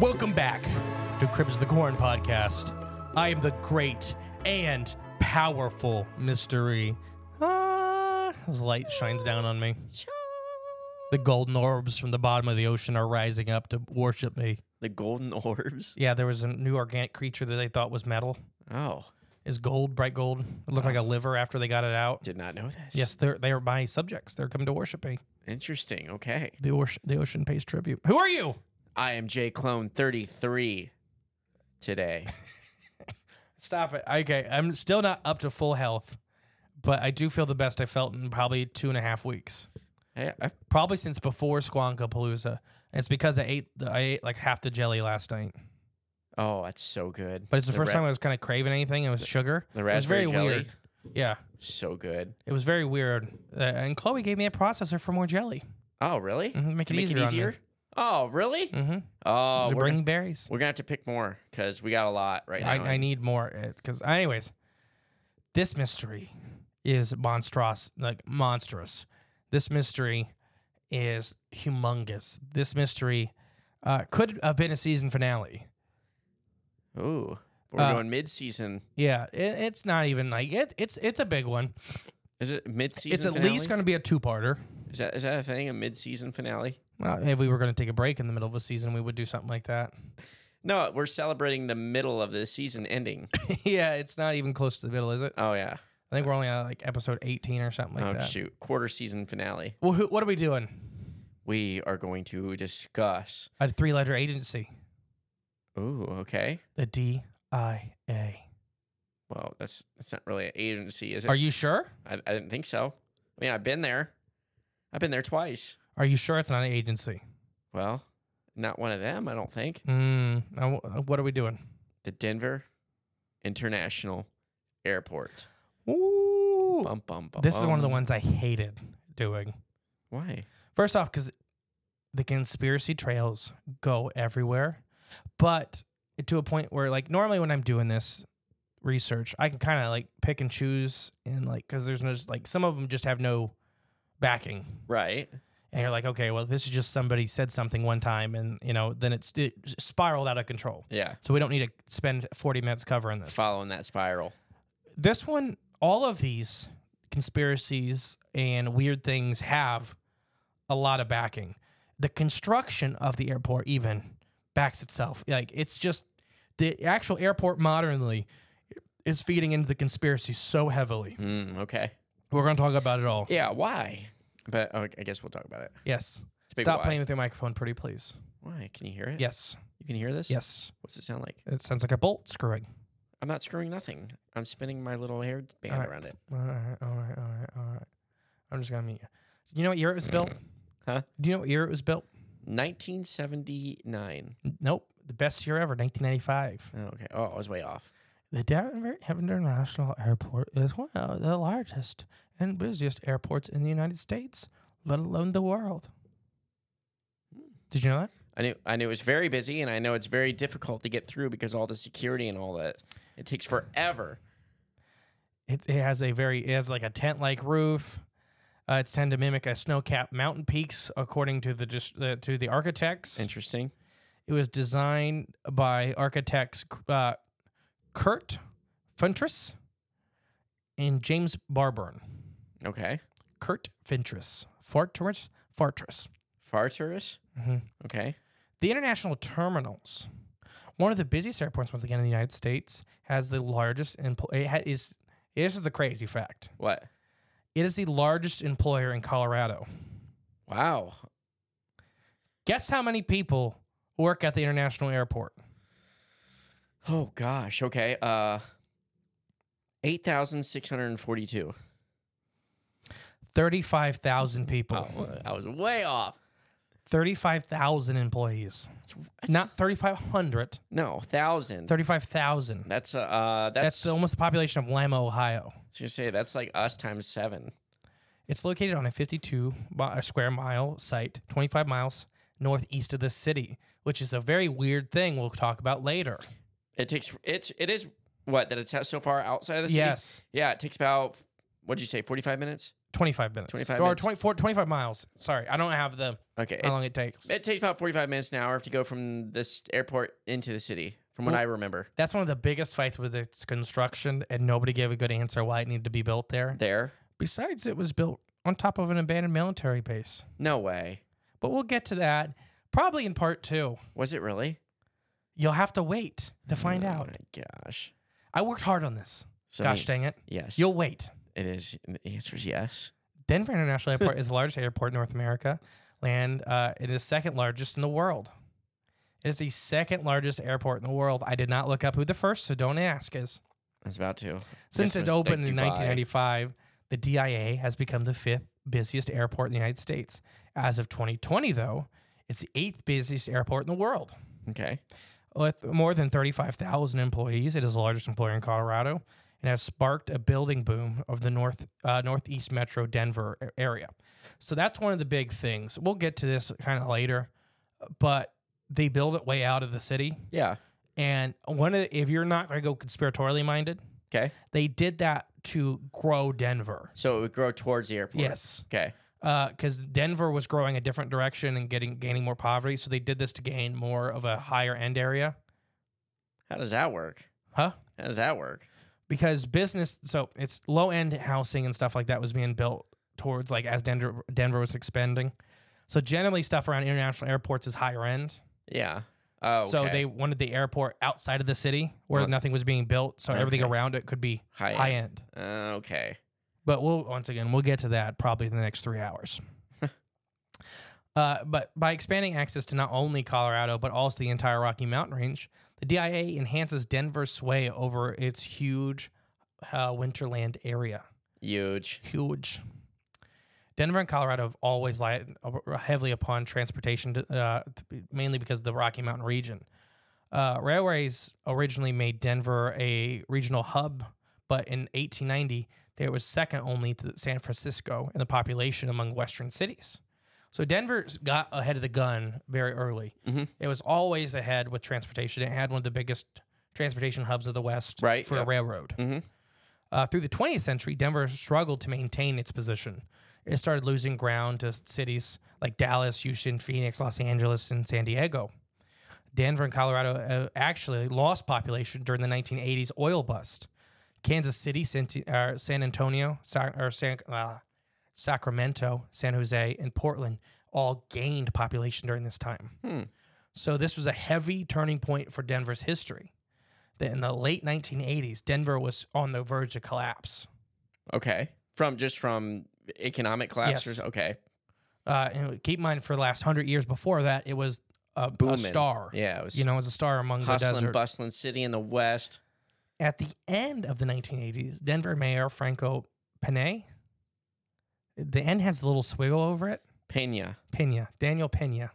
Welcome back to Cribs of the Corn podcast. I am the great and powerful mystery. Ah, as light shines down on me, the golden orbs from the bottom of the ocean are rising up to worship me. The golden orbs. Yeah, there was a new organic creature that they thought was metal. Oh, Is gold, bright gold. It looked like a liver after they got it out. did not know this. Yes, they're they are my subjects. They're coming to worship me. Interesting. Okay. The ocean, the ocean pays tribute. Who are you? I am J Clone 33 today. Stop it. Okay, I'm still not up to full health, but I do feel the best I felt in probably two and a half weeks. I, I, Probably since before Squonkapalooza. It's because I ate the, I ate like half the jelly last night. oh, that's so good. But it's the, first ra- time I was kind of craving anything. It was sugar. the it was very raspberry jelly. weird. Yeah, So good. it was very weird. Uh, and Chloe gave me a processor for more jelly. Oh, really? Mhm, make To it easier on me. Oh, really? Mm-hmm. Oh, to we're, bring gonna, berries. we're gonna have to pick more because we got a lot right now. I, I need more because, anyways, this mystery is monstrous. Like monstrous. This mystery is humongous. This mystery uh, could have been a season finale. Ooh, we're Uh, going mid-season. Yeah, it, it's not even like it. It's it's a big one. Is it mid-season? it's at least going to be a two parter. Is that is that a thing? A mid-season finale? Well, if we were going to take a break in the middle of a season, we would do something like that. No, we're celebrating the middle of the season ending. yeah, it's not even close to the middle, is it? Oh yeah. I think we're only on like episode eighteen or something like oh that. shoot, quarter season finale. Well, who, what are we doing? We are going to discuss. A three-letter agency. Ooh, okay. The DIA. Well, that's that's not really an agency, is it? Are you sure? I, I didn't think so. I mean, I've been there. I've been there twice. Are you sure it's not an agency? Well, not one of them, I don't think. Mm, now wh- what are we doing? The Denver International Airport. Ooh, Bum bum bum. this is one of the bum. ones I hated doing. Why? First off, because the conspiracy trails go everywhere, but to a point where, like, normally when I'm doing this research, I can kind of like pick and choose and like, because there's no, like, some of them just have no backing. Right. And you're like, okay, well, this is just somebody said something one time and, you know, then it's it spiraled out of control. Yeah. So we don't need to spend 40 minutes covering this. Following that spiral. This one, all of these conspiracies and weird things have a lot of backing. The construction of the airport even backs itself. Like it's just the actual airport modernly is feeding into the conspiracy so heavily. Mm, okay. We're going to talk about it all. Yeah. Why? But oh, I guess we'll talk about it. Yes. big Stop why. playing with your microphone, pretty please. Why? Can you hear it? Yes. You can hear this. Yes. What's it sound like? It sounds like a bolt screwing. I'm not screwing nothing. I'm spinning my little hair band All right. around it. All right, all right, all right, all right. I'm just gonna mute you. You know what year it was built? Huh? Do you know what year it was built? 1979. Nope. The best year ever, 1995. Oh, okay. Oh, I was way off. The Denver International Airport is one of the largest and busiest airports in the United States, let alone the world. Did you know that? I knew I knew it was very busy, and I know it's very difficult to get through because all the security and all that. It takes forever. It, it has a very it has like a tent like roof. Uh, it's tend to mimic a snow-capped mountain peaks, according to the just uh, to the architects. Interesting. It was designed by architects uh, Kurt Funtress and James Barburn, Okay. Kurt Ventris, Fortress, Fortress. Farturus? Mm-hmm. Okay. The international terminals, one of the busiest airports once again in the United States, has the largest empl- it ha- is this is the crazy fact. What? It is the largest employer in Colorado. Wow. Guess how many people work at the international airport? Oh gosh. Okay. Uh, eight thousand six hundred and forty-two. 35,000 people. Oh, I was way off. 35,000 employees. That's- Not 3,500, no thousand. 35,000. That's uh, uh That's that's, almost the population of Lima, Ohio. I was gonna say that's like us times seven. It's located on a 52 mi- uh, square mile site, 25 miles northeast of the city, which is a very weird thing we'll talk about later. It takes it's it is what that it's so far outside of the city. Yes, Yeah. It takes about what'd you say? Forty-five minutes. 25 minutes. 25 or minutes. 24 25 miles. Sorry, I don't have the Okay. how It, long it takes. it takes about forty-five minutes an hour to go from this airport into the city, from what I remember. That's one of the biggest fights with its construction, and nobody gave a good answer why it needed to be built there. There. Besides, it was built on top of an abandoned military base. No way. But we'll get to that probably in part two. Was it really? You'll have to wait to find oh out. My gosh. I worked hard on this. So Gosh I mean, dang it. Yes. You'll wait. It is. and The answer is yes. Denver International Airport is the largest airport in North America, and uh, it is second largest in the world. It is the second largest airport in the world. I did not look up who the first, so don't ask us. I was about to. Since Guess it was, like, opened in Dubai. 1995, the DIA has become the fifth busiest airport in the United States. As of 2020, though, it's the eighth busiest airport in the world. Okay. With more than 35,000 employees, it is the largest employer in Colorado and has sparked a building boom of the north uh, northeast metro Denver a- area. So that's one of the big things. We'll get to this kind of later, but they build it way out of the city. Yeah. And one of the, if you're not going to go conspiratorially minded, Okay. they did that to grow Denver. So it would grow towards the airport. Yes. Okay. Because Denver was growing a different direction and getting gaining more poverty, so they did this to gain more of a higher end area, How does that work? huh? How does that work? because business so it's low end housing and stuff like that was being built towards like as Denver Denver was expanding. So generally stuff around international airports is higher end. Yeah. Oh. So okay. they wanted the airport outside of the city where nothing was being built, so everything Okay. around it could be High high, end. end. Uh, okay. But we'll once again we'll get to that probably in the next three hours. uh, but by expanding access to not only Colorado but also the entire Rocky Mountain Range, the DIA enhances Denver's sway over its huge uh, winterland area. Huge. Huge. Denver and Colorado have always relied heavily upon transportation, uh, mainly because of the Rocky Mountain region. Uh, railways originally made Denver a regional hub, but in 1890, it was second only to San Francisco in the population among Western cities. So Denver got ahead of the gun very early. It was always ahead with transportation. It had one of the biggest transportation hubs of the West Right, for yeah. a railroad. Uh, through the 20th century, Denver struggled to maintain its position. It started losing ground to cities like Dallas, Houston, Phoenix, Los Angeles, and San Diego. Denver and Colorado uh, actually lost population during the 1980s oil bust. Kansas City, San, uh, San Antonio, Sa- or San, uh, Sacramento, San Jose, and Portland all gained population during this time. So this was a heavy turning point for Denver's history. That in the late 1980s, Denver was on the verge of collapse. Okay. From just from economic collapses. Yes. Okay. Uh, and keep in mind, for the last hundred years before that, it was a, a Booming. star. Yeah. It was You know, it was a star among the hustling, desert. bustling city in the west. At the end of the 1980s, Denver Mayor Franco Pena, the N has a little swiggle over it. Pena. Pena, Daniel Pena,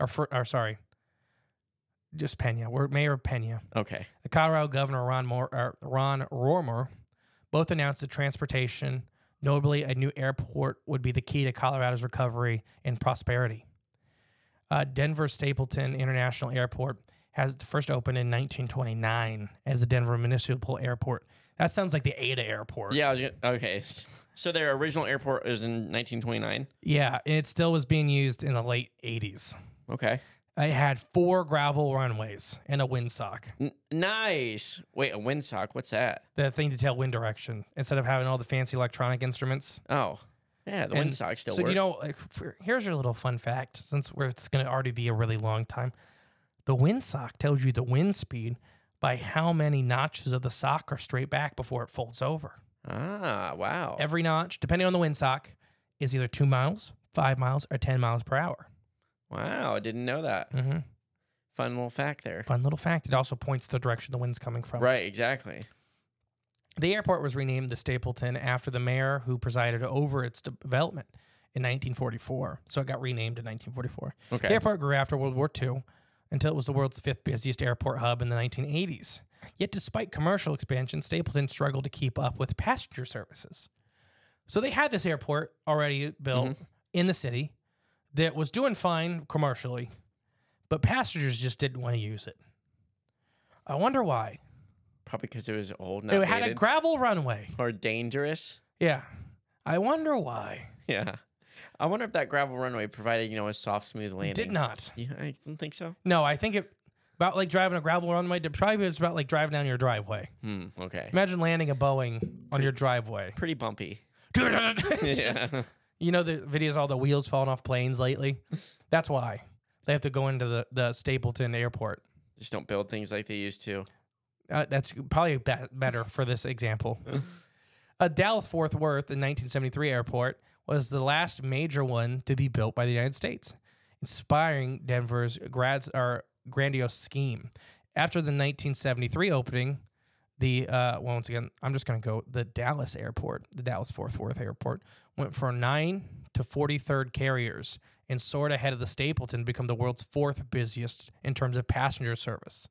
or, Fer- or sorry, just Pena. We're Mayor Pena. Okay. the Colorado Governor Ron Moore, or Ron Rormer both announced that transportation, notably a new airport, would be the key to Colorado's recovery and prosperity. Uh, Denver Stapleton International Airport has first opened in 1929 as the Denver Municipal Airport. That sounds like the Ada Airport. Yeah. I was gonna, okay. So their original airport was in 1929. yeah, and it still was being used in the late 80s. Okay. It had four gravel runways and a windsock. N- nice. Wait, a windsock. What's that? The thing to tell wind direction instead of having all the fancy electronic instruments. Oh, yeah, the And windsock still so works. you know, like, for, here's your little fun fact. Since we're, it's going to already be a really long time, the windsock tells you the wind speed by how many notches of the sock are straight back before it folds over. ah, wow. Every notch, depending on the windsock, is either two miles, five miles, or ten miles per hour. wow, I didn't know that. hmm Fun little fact there. Fun little fact. It also points the direction the wind's coming from. Right, exactly. The airport was renamed the Stapleton after the mayor who presided over its development in 1944. So it got renamed in 1944. Okay. The airport grew after World War II until it was the world's fifth busiest airport hub in the 1980s. Yet, despite commercial expansion, Stapleton struggled to keep up with passenger services. So they had this airport already built in the city that was doing fine commercially, but passengers just didn't want to use it. I wonder why. Probably because it was old and It had a outdated gravel runway. or dangerous. Yeah. I wonder why. Yeah. I wonder if that gravel runway provided, you know, a soft, smooth landing. It did not. Yeah, I don't think so. No, I think it about like driving a gravel runway. it Probably it's about like driving down your driveway. Hmm. Okay. Imagine landing a Boeing on your driveway. Pretty bumpy. It's just- Yeah. you know the videos all the wheels falling off planes lately. That's why they have to go into the, the Stapleton Airport. Just don't build things like they used to. Uh, that's probably be- better for this example. A Dallas Fort Worth in 1973 airport was the last major one to be built by the United States, inspiring Denver's grads or grandiose scheme. After the 1973 opening, the uh, well, once again, I'm just going to go the Dallas airport, the Dallas Fort Worth airport went from nine to 43rd carriers and soared ahead of the Stapleton to become the world's fourth busiest in terms of passenger service.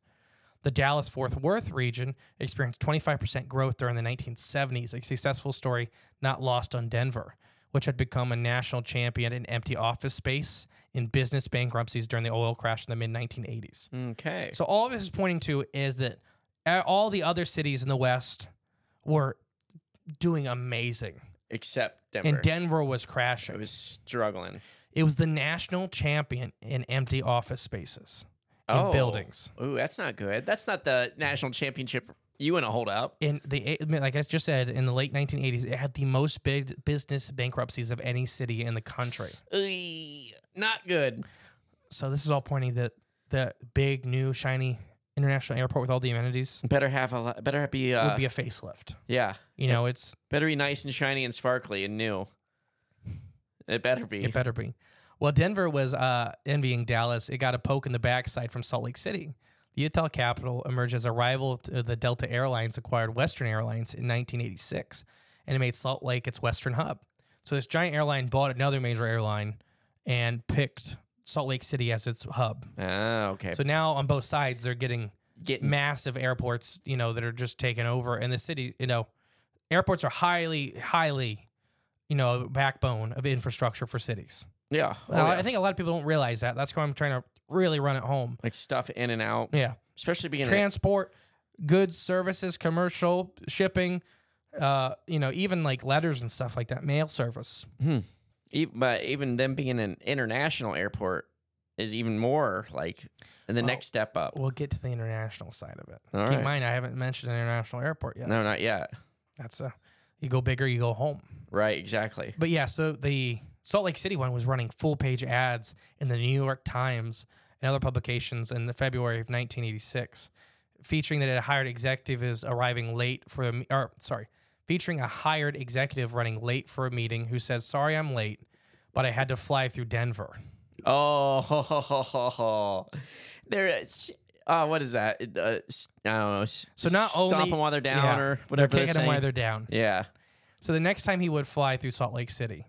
The Dallas Fort Worth region experienced 25% growth during the 1970s, a successful story not lost on Denver, which had become a national champion in empty office space in business bankruptcies during the oil crash in the mid 1980s. Okay. So, all this is pointing to is that a- all the other cities in the West were doing amazing, Except Denver. and Denver was it crashing. was struggling. It was the national champion in empty office spaces in buildings. Oh. Ooh, that's not good. That's not the national championship you want to hold up. in the eh, I mean, like I just said in the late 1980s, it had the most big business bankruptcies of any city in the country. Ooh, not good. So this is all pointing that the big new shiny international airport with all the amenities Better have a lot, better be uh would be a facelift. yeah. You know, it's Better be nice and shiny and sparkly and new. It better be. it better be. Well, Denver was uh, envying Dallas. It got a poke in the backside from Salt Lake City. The Utah capital emerged as a rival to the Delta Airlines acquired Western Airlines in 1986, and it made Salt Lake its western hub. So this giant airline bought another major airline and picked Salt Lake City as its hub. Ah, okay. So now on both sides they're getting Getting massive airports, you know, that are just taken over and the city, you know, airports are highly highly you know, backbone of infrastructure for cities. yeah. Oh, Uh, yeah. I think a lot of people don't realize that. That's why I'm trying to really run it home. like stuff in and out, Yeah. especially being a- Transport, goods, services, commercial, shipping, uh, you know, even like letters and stuff like that, mail service. Even, e, but even them being an international airport is even more like the next step up. We'll get to the international side of it. All Keep right. in mind, I haven't mentioned an international airport yet. No, not yet. That's a, you go bigger, you go home. Right, exactly. But yeah, so the Salt Lake City one was running full page ads in the New York Times and other publications in the February of 1986, featuring that it hired executives arriving late for a me- or sorry, featuring a hired executive running late for a meeting who says, "Sorry, I'm late, but I had to fly through Denver." Oh, there is. Uh, what is that? It, Uh, s- I don't know. So not stop only- them while they're down yeah, or They're whatever they're kicking them while saying. they're down. yeah. So the next time he would fly through Salt Lake City,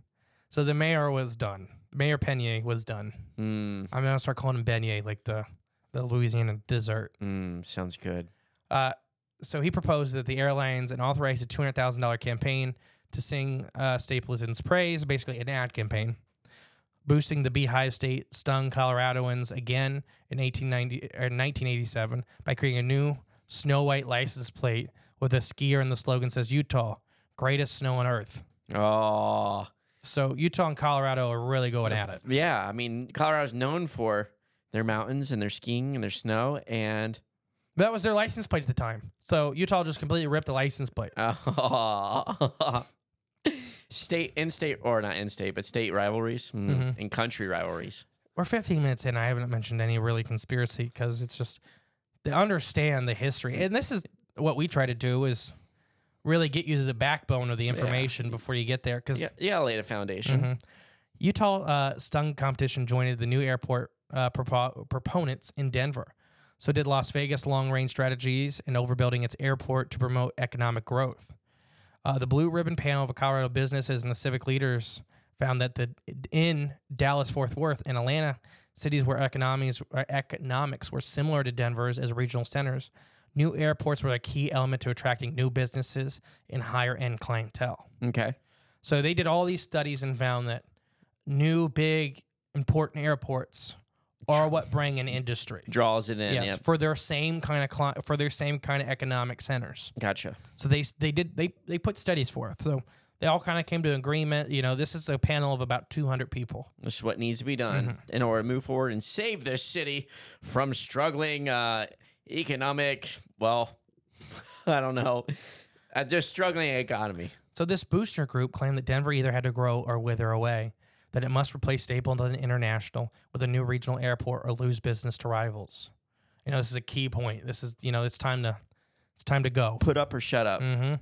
so the mayor was done. Mayor Peña was done. Mm, I'm gonna start calling him Beignet, like the the Louisiana dessert. mm, sounds good. Uh, so he proposed that the airlines and authorized a two hundred thousand dollar campaign to sing uh, Stapleton's praise, basically an ad campaign, boosting the Beehive State stung Coloradoans again in eighteen ninety or nineteen eighty seven by creating a new snow white license plate with a skier and the slogan says Utah, greatest snow on earth. Oh, So Utah and Colorado are really going at it. yeah. I mean, Colorado's known for their mountains and their skiing and their snow and That was their license plate at the time. So Utah just completely ripped the license plate. state in-state or not in-state but state rivalries mm, Mhm. and country rivalries We're 15 minutes in. I haven't mentioned any really conspiracy because it's just they understand the history, and this is what we try to do is really get you to the backbone of the information before you get there. Because yeah yeah laid a foundation Utah uh, stung competition joined the new airport uh, propo- proponents in Denver. So did Las Vegas long range strategies and overbuilding its airport to promote economic growth. Uh, the blue ribbon panel of Colorado businesses and the civic leaders found that the in Dallas, Fort Worth, and Atlanta cities where economies uh, economics were similar to Denver's as regional centers, new airports were a key element to attracting new businesses and higher end clientele. okay So they did all these studies and found that new, big, important airports are what bring an industry. draws it in Yes, yep. for their same kind of cli- for their same kind of economic centers. gotcha So they they did they they put studies forth. So they all kind of came to an agreement. You know, this is a panel of about two hundred people. This is what needs to be done Mm-hmm. in order to move forward and save this city from struggling uh, economic. Well, I don't know. Uh, just struggling economy. So this booster group claimed that Denver either had to grow or wither away, that it must replace Stapleton International with a new regional airport or lose business to rivals. You know, this is a key point. This is you know, it's time to it's time to go. Put up or shut up. hmm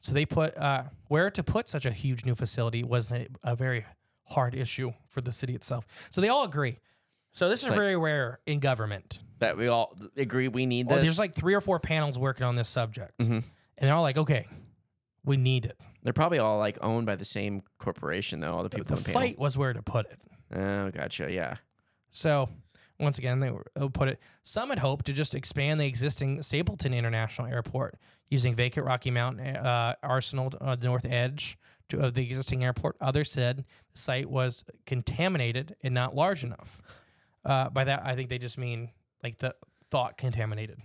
So they put uh, where to put such a huge new facility was a, a very hard issue for the city itself. So they all agree. So this is Like- very rare in government. That we all agree we need Well, this. Mm-hmm. There's like three or four panels working on this subject, and they're all like, "Okay, we need it." They're probably all like owned by the same corporation though. All the people The in the fight was where to put it. panel. Oh, gotcha. Yeah. So once again, they were, they'll put it. Some had hoped to just expand the existing Stapleton International Airport using vacant Rocky Mountain uh, Arsenal uh, North Edge to, of the existing airport. Others said the site was contaminated and not large enough. Uh, by that, I think they just mean like the thought contaminated.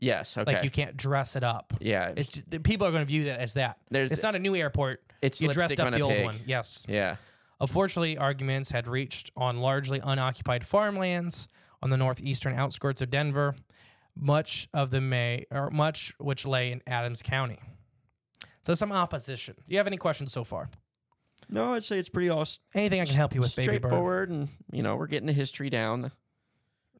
Yes. Okay. Like you can't dress it up. yeah. It's, the people are going to view that as that. There's- it's not a new airport. It's you dressed lipstick up on the a old pig. one. Yes. yeah. Unfortunately, arguments had reached on largely unoccupied farmlands on the northeastern outskirts of Denver, much of the May or much which lay in Adams County. So some opposition. Do you have any questions so far? No, I'd say it's pretty all s- Anything I can help you with, baby bird? straightforward, and you know we're getting the history down.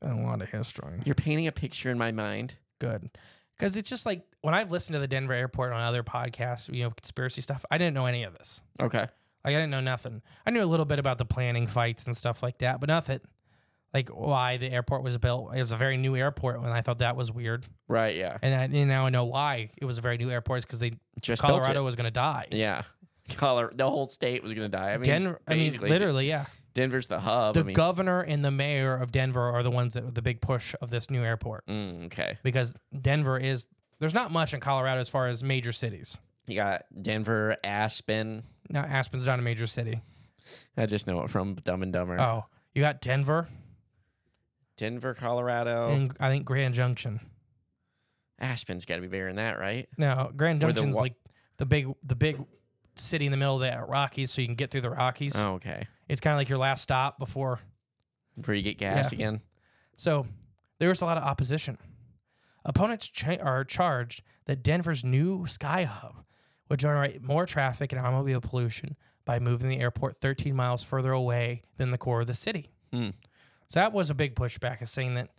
A lot of history. You're painting a picture in my mind. Good. Because it's just like when I've listened to the Denver airport on other podcasts, you know, conspiracy stuff, I didn't know any of this. Okay. Like I didn't know nothing. I knew a little bit about the planning fights and stuff like that, but nothing like why the airport was built. It was a very new airport, and I thought that was weird. Right. Yeah. And, I, and now I know why it was a very new airport because they Just built it. Colorado was going to die. Yeah. Color the whole state was gonna die. I mean, Denver, I mean, basically, literally, yeah. Denver's the hub. The I mean, governor and the mayor of Denver are the ones that are the big push of this new airport mm, okay. because Denver is there's not much in Colorado as far as major cities. You got Denver, Aspen. Now Aspen's not a major city. I just know it from Dumb and Dumber. Oh, you got Denver Denver, Colorado. and I think Grand Junction. Aspen's got to be bigger than that, right? No, Grand Where the Junction's wa- like the big the big city in the middle of the Rockies, so you can get through the Rockies. Oh, okay. It's kind of like your last stop before. Before you get gas Yeah. again. So there was a lot of opposition. Opponents cha- are charged that Denver's new sky hub would generate more traffic and automobile pollution by moving the airport 13 miles further away than the core of the city. Hmm. So that was a big pushback, is saying that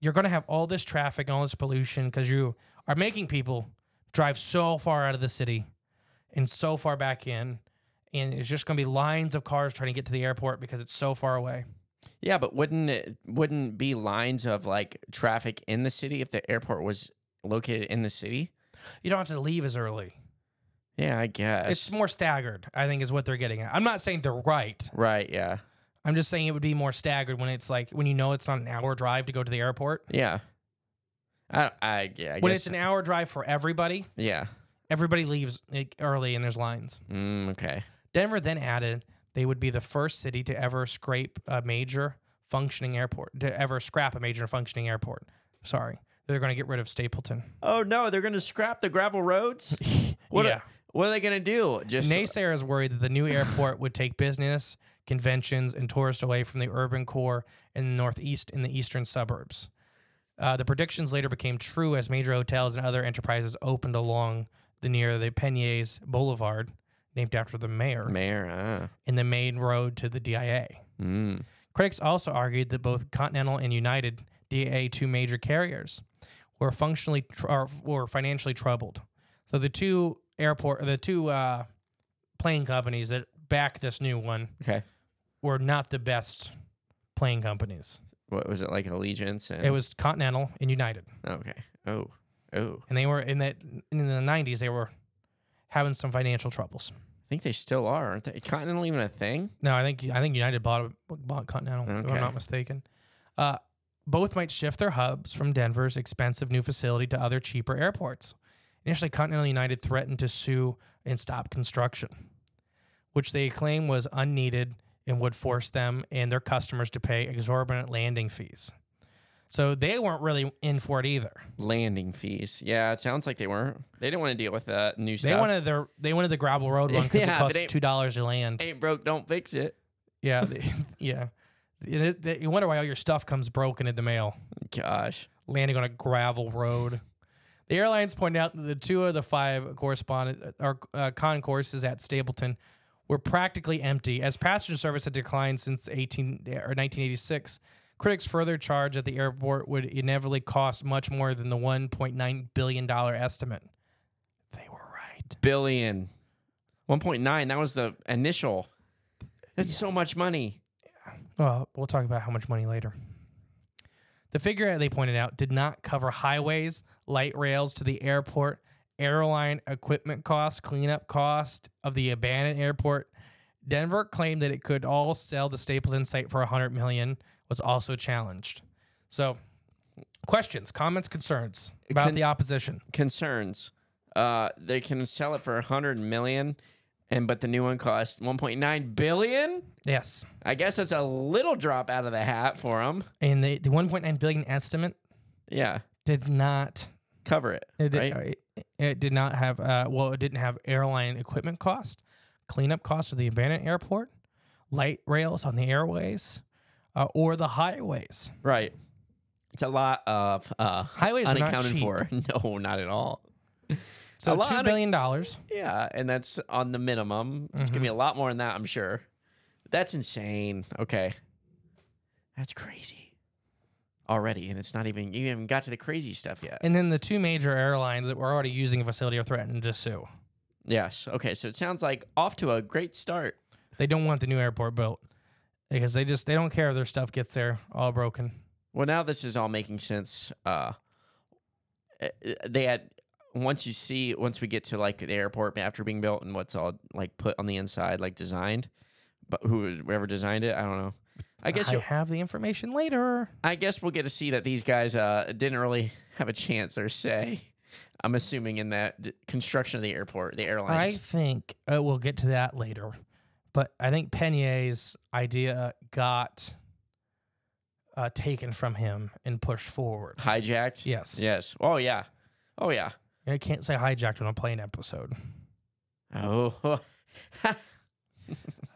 you're going to have all this traffic and all this pollution because you are making people drive so far out of the city and so far back in. And it's just going to be lines of cars trying to get to the airport because it's so far away. Yeah, but wouldn't it wouldn't be lines of like traffic in the city if the airport was located in the city? You don't have to leave as early. Yeah, I guess. It's more staggered, I think, is what they're getting at. I'm not saying they're right. right. Yeah. I'm just saying it would be more staggered when it's like when you know it's not an hour drive to go to the airport. Yeah. I I, yeah, I when guess. it's an hour drive for everybody, yeah. everybody leaves like, early and there's lines. Mm, okay. Denver then added they would be the first city to ever scrape a major functioning airport, to ever scrap a major functioning airport. Sorry. They're going to get rid of Stapleton. Oh no, they're gonna scrap the gravel roads. What? Yeah. What are they gonna do? Just Naysayers worried that the new airport would take business conventions and tourists away from the urban core in the northeast and the eastern suburbs. Uh, the predictions later became true as major hotels and other enterprises opened along the near the Peñes Boulevard, named after the mayor, Mayor, ah. in the main road to the DIA. Mm. Critics also argued that both Continental and United, DA, two major carriers, were functionally tr- or were financially troubled. So the two airport, the two uh, plane companies that back this new one Okay. were not the best plane companies. What was it like? Allegiance and It was Continental and United, okay. Oh, oh. and they were in that in the '90s. They were having some financial troubles. I think they still are, aren't they? Continental even a thing? No, I think I think United bought bought Continental, if Okay. I'm not mistaken. Uh, both might shift their hubs from Denver's expensive new facility to other cheaper airports. Initially, Continental United threatened to sue and stop construction, which they claim was unneeded and would force them and their customers to pay exorbitant landing fees. So they weren't really in for it either. Landing fees. Yeah, it sounds like they weren't. They didn't want to deal with that new They stuff. wanted their they wanted the gravel road one because Yeah, but it costs it- two dollars to land. ain't broke, don't fix it. Yeah, they, yeah. It- it- they- you wonder why all your stuff comes broken in the mail, Gosh. landing on a gravel road. The airlines point out that the two of the five correspondent or uh, concourses at Stapleton were practically empty, as passenger service had declined since 18 or 1986. Critics further charge that the airport would inevitably cost much more than the 1.9 billion dollar estimate. They were right. Billion. 1.9. That was the initial. That's so much money. Well, we'll talk about how much money later. The figure they pointed out did not cover highways, light rails to the airport, airline equipment costs, cleanup cost of the abandoned airport. Denver claimed that it could all sell the Stapleton site for 100 million was also challenged. So, questions, comments, concerns about Can- the opposition. Concerns. Uh, they can sell it for 100 million, and but the new one cost 1.9 billion. Yes. I guess that's a little drop out of the hat for them. And the, the 1.9 billion estimate Yeah, did not cover it. It, did- right? it, it did not have, uh, well, it didn't have airline equipment cost, cleanup cost of the abandoned airport, light rails on the airways, uh, or the highways. Right. It's a lot of uh, Highways are not unaccounted cheap. for. No, not at all. So A lot $2 of- billion. dollars. Yeah, and that's on the minimum. It's gonna be a lot more than that, I'm sure. That's insane. Okay, that's crazy already, and it's not even you haven't got to the crazy stuff yet. And then the two major airlines that were already using a facility are threatened to sue. yes. Okay, so it sounds like off to a great start. They don't want the new airport built because they just, they don't care if their stuff gets there all broken. Well, now this is all making sense. Uh, eh, eh, they had once you see once we get to like the airport after being built and what's all like put on the inside, like designed, but who whoever designed it, I don't know. I guess I you have the information later. I guess we'll get to see that these guys uh, didn't really have a chance or say. I'm assuming in that d- construction of the airport, the I airlines. think uh, we'll get to that later, but I think Penier's idea got uh, taken from him and pushed forward. hijacked. Yes. Yes. Oh yeah. Oh yeah. I can't say hijacked on a plane episode. Oh.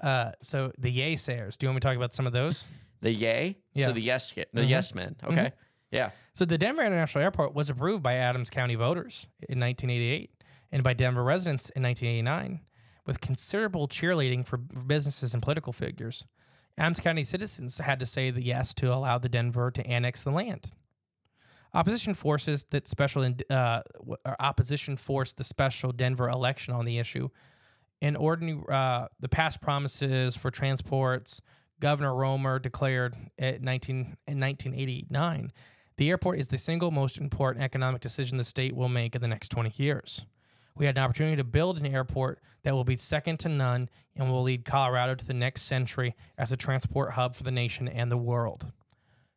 Uh, so the yay sayers. Do you want me to talk about some of those? the yay. Yeah. Mm-hmm. So the yes, ki- the Mhm. yes men. Okay. Yeah. So the Denver International Airport was approved by Adams County voters in 1988 and by Denver residents in 1989 with considerable cheerleading for b- businesses and political figures. Adams County citizens had to say the yes to allow the Denver to annex the land. Opposition forces that special in- uh, w- or opposition forced the special Denver election on the issue in ordinary uh, the past promises for transports governor romer declared at 19 in 1989 the airport is the single most important economic decision the state will make in the next 20 years we had an opportunity to build an airport that will be second to none and will lead colorado to the next century as a transport hub for the nation and the world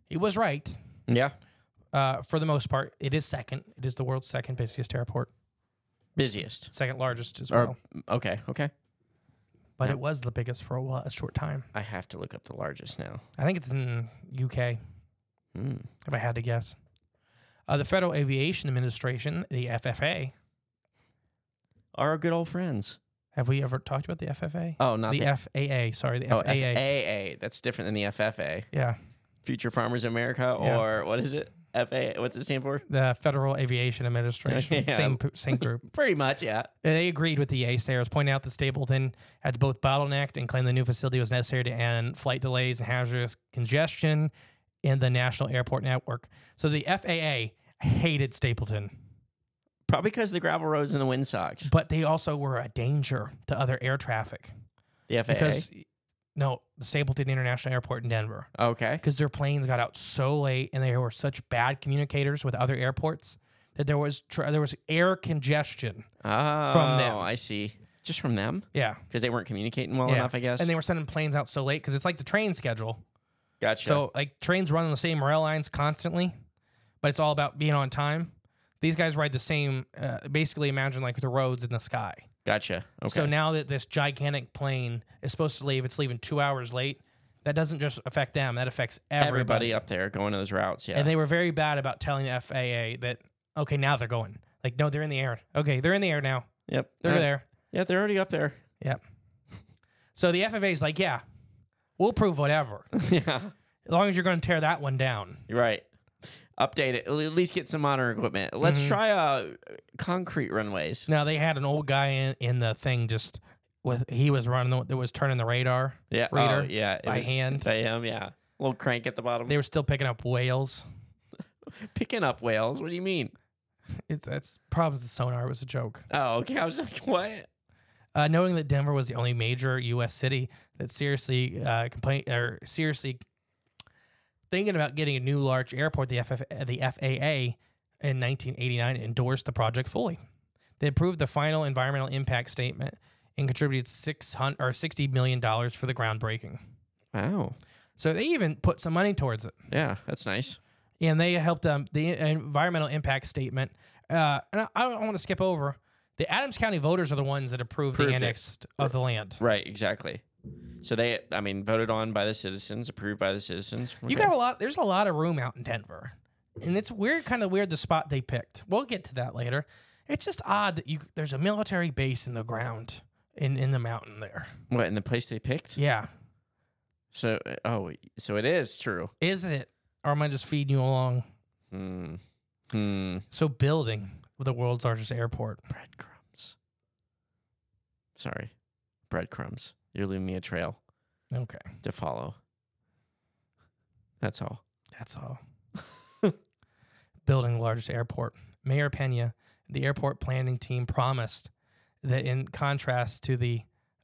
he was right Yeah. uh, for the most part it is second it is the world's second busiest airport Busiest. second largest as Or- well Okay. Okay. but it was the biggest for a, while, a short time I have to look up the largest now. I think it's in UK, Hmm. if I had to guess. Uh, the Federal Aviation Administration, the FFA, Our good old friends. Have we ever talked about the FFA? Oh, not the, the, FAA. Sorry, the oh, FAA. FAA. That's different than the FFA, Yeah, Future Farmers America, Yeah. or what is it? FAA. What's it stand for? the Federal Aviation Administration. Yeah. Same p- same group. Pretty much, yeah. And They agreed with the naysayers, pointing out that Stapleton had both bottlenecked and claimed the new facility was necessary to end flight delays and hazardous congestion in the national airport network. So the FAA hated Stapleton, Probably because the gravel roads and the windsocks. but they also were a danger to other air traffic The FAA. because no, the Stapleton International Airport in Denver. okay. because their planes got out so late and they were such bad communicators with other airports that there was tr- there was air congestion. Oh, them. I see. Just from them Yeah. because they weren't communicating well yeah. enough, I guess. And they were sending planes out so late because it's like the train schedule. gotcha. So like trains run on the same rail lines constantly, but it's all about being on time. These guys ride the same. Uh, basically, imagine like the roads in the sky. gotcha. Okay. So now that this gigantic plane is supposed to leave, it's leaving two hours late. That doesn't just affect them; that affects everybody. everybody up there going to those routes. Yeah. And they were very bad about telling the FAA that, okay, now they're going. Like, no, they're in the air. Okay, they're in the air now. yep. They're Uh, there. Yeah, they're already up there. Yep. So the FAA is like, yeah, we'll prove whatever. as yeah. long as you're going to tear that one down. You're right. Update it. At least get some modern equipment. Let's try uh, concrete runways. Mm-hmm. Now, they had an old guy in, in the thing just with, he was running, the, that was turning the radar. Yeah. oh, Reader. yeah. it by was- hand. By hand, yeah. Little crank at the bottom. They were still picking up whales. picking up whales. What do you mean? It's, that's problems with sonar was a joke. Oh, okay. I was like, what? Uh, knowing that Denver was the only major U.S. city that seriously uh, complain or seriously thinking about getting a new large airport, the FF, the FAA in 1989 endorsed the project fully. They approved the final environmental impact statement and contributed six hundred or sixty million dollars for the groundbreaking. Wow. So they even put some money towards it, Yeah, that's nice. and they helped um, the environmental impact statement. Uh, and I, I want to skip over. The Adams County voters are the ones that approved Approved the it. annex of the land. Right. Exactly. So they, I mean, voted on by the citizens, approved by the citizens. Okay. You got a lot. There's a lot of room out in Denver, and it's weird, kind of weird the spot they picked. We'll get to that later. It's just odd that you there's a military base in the ground in in the mountain there. what in the place they picked? Yeah, So, uh, oh, so it is true. is it? Or am I just feeding you along? Hmm. Hmm. So building the world's largest airport. Breadcrumbs. Sorry. Breadcrumbs. You're leaving me a trail Okay, to follow. That's all. that's all. building the largest airport. Mayor Pena, the airport planning team, promised that in contrast to the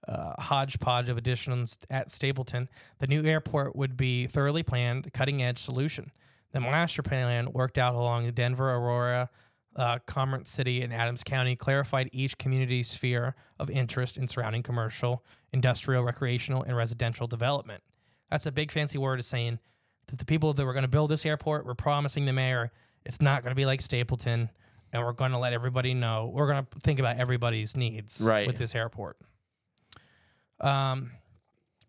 uh, hodgepodge of additions at Stapleton, the new airport would be thoroughly planned, cutting edge solution. The master plan worked out along the Denver, Aurora, uh, Commerce City, and Adams County clarified each community sphere of interest in surrounding commercial, industrial, recreational, and residential development. That's a big fancy word of saying that the people that were going to build this airport were promising the mayor it's not going to be like Stapleton, and we're going to let everybody know. We're going to think about everybody's needs Right. with this airport. Um,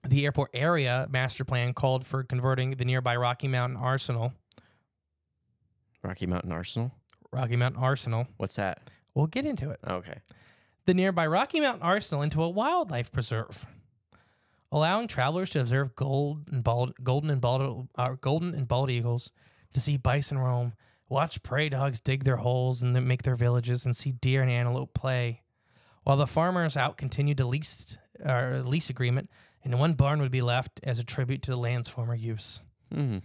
the airport area master plan called for converting the nearby Rocky Mountain Arsenal, Rocky Mountain Arsenal? Rocky Mountain Arsenal. What's that? We'll get into it. Okay. The nearby Rocky Mountain Arsenal into a wildlife preserve, allowing travelers to observe gold and bald, golden and bald, uh, golden and bald eagles, to see bison roam, watch prey dogs dig their holes and then make their villages, and see deer and antelope play. While the farmers out continued to lease uh, lease agreement, and one barn would be left as a tribute to the land's former use. Hmm.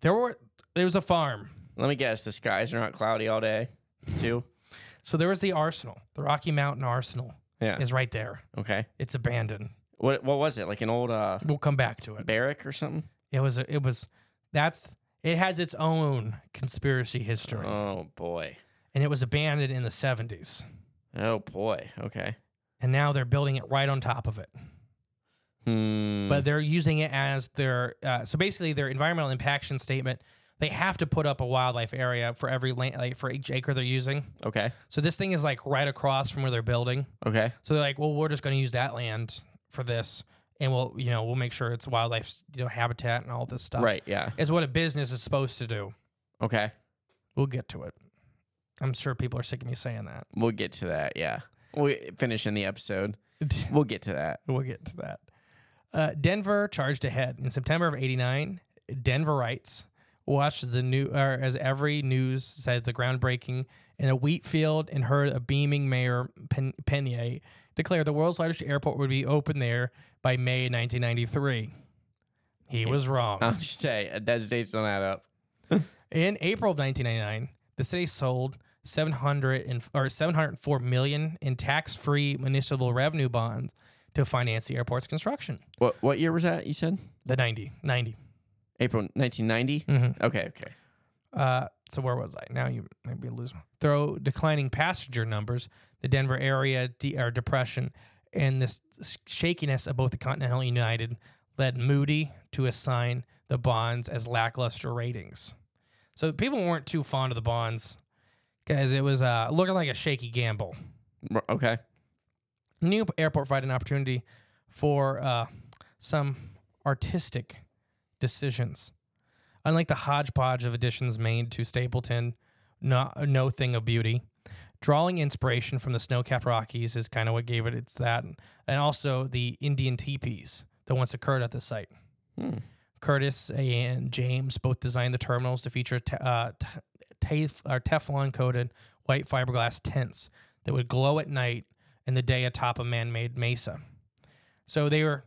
There were there was a farm. Let me guess. The skies are not cloudy all day, too? So there was the arsenal. The Rocky Mountain Arsenal Yeah. is right there. Okay. It's abandoned. What What was it? Like an old uh, We'll come back to it. barrack or something? It was a, it was that's it has its own conspiracy history. Oh, boy. and it was abandoned in the 70s. Oh, boy. Okay. And now they're building it right on top of it. Hmm. But they're using it as their uh, so basically their environmental impaction statement. They have to put up a wildlife area for every land, like for each acre they're using. okay. So this thing is like right across from where they're building. Okay. So they're like, well, we're just going to use that land for this, and we'll, you know, we'll make sure it's wildlife, you know, habitat and all this stuff. Right. Yeah. is what a business is supposed to do. Okay. We'll get to it. I'm sure people are sick of me saying that. We'll get to that. Yeah. we finish in the episode. We'll get to that. We'll get to that. Uh, Denver charged ahead in September of '89. Denverites watched the new, or as every news says, the groundbreaking in a wheat field, and heard a beaming mayor Pen- Penier declare the world's largest airport would be open there by May 1993. He was wrong. I'll just say uh, those dates don't add up. In April of 1999, the city sold 700 and, or 704 million in tax-free municipal revenue bonds to finance the airport's construction. What what year was that? You said The 90, 90. April 1990. Mhm. Okay, okay. Uh, so where was I? Now you maybe lose. me. Through declining passenger numbers, the Denver area de- or depression, and this shakiness of both the Continental and United led Moody to assign the bonds as lackluster ratings. So people weren't too fond of the bonds because it was uh, looking like a shaky gamble. R- Okay. New airport provided an opportunity for uh, some artistic decisions. Unlike the hodgepodge of additions made to Stapleton, no, no thing of beauty. Drawing inspiration from the snow capped Rockies is kind of what gave it its that, and also the Indian teepees that once occurred at the site. Curtis and James both designed the terminals to feature te- uh, te- tef- or Teflon coated white fiberglass tents that would glow at night and the day atop a man made mesa. So they were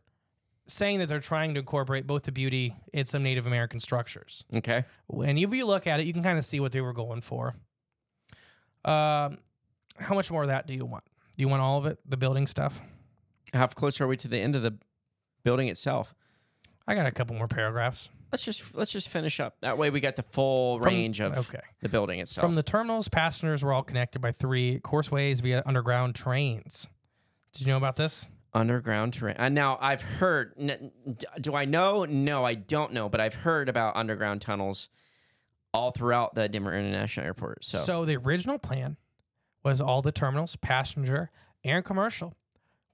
saying that they're trying to incorporate both the beauty and some Native American structures. Okay. And if you look at it, you can kind of see what they were going for. Um, how much more of that do you want? Do you want all of it, the building stuff? How close are we to the end of the building itself? I got a couple more paragraphs. Let's just let's just finish up. That way we got the full range of okay. the building itself. From the terminals, passengers were all connected by three courseways via underground trains. Did you know about this? underground train. Uh, now I've heard. N- d- do I know? No, I don't know. But I've heard about underground tunnels all throughout the Denver International Airport. So, the original plan was all the terminals, passenger and commercial,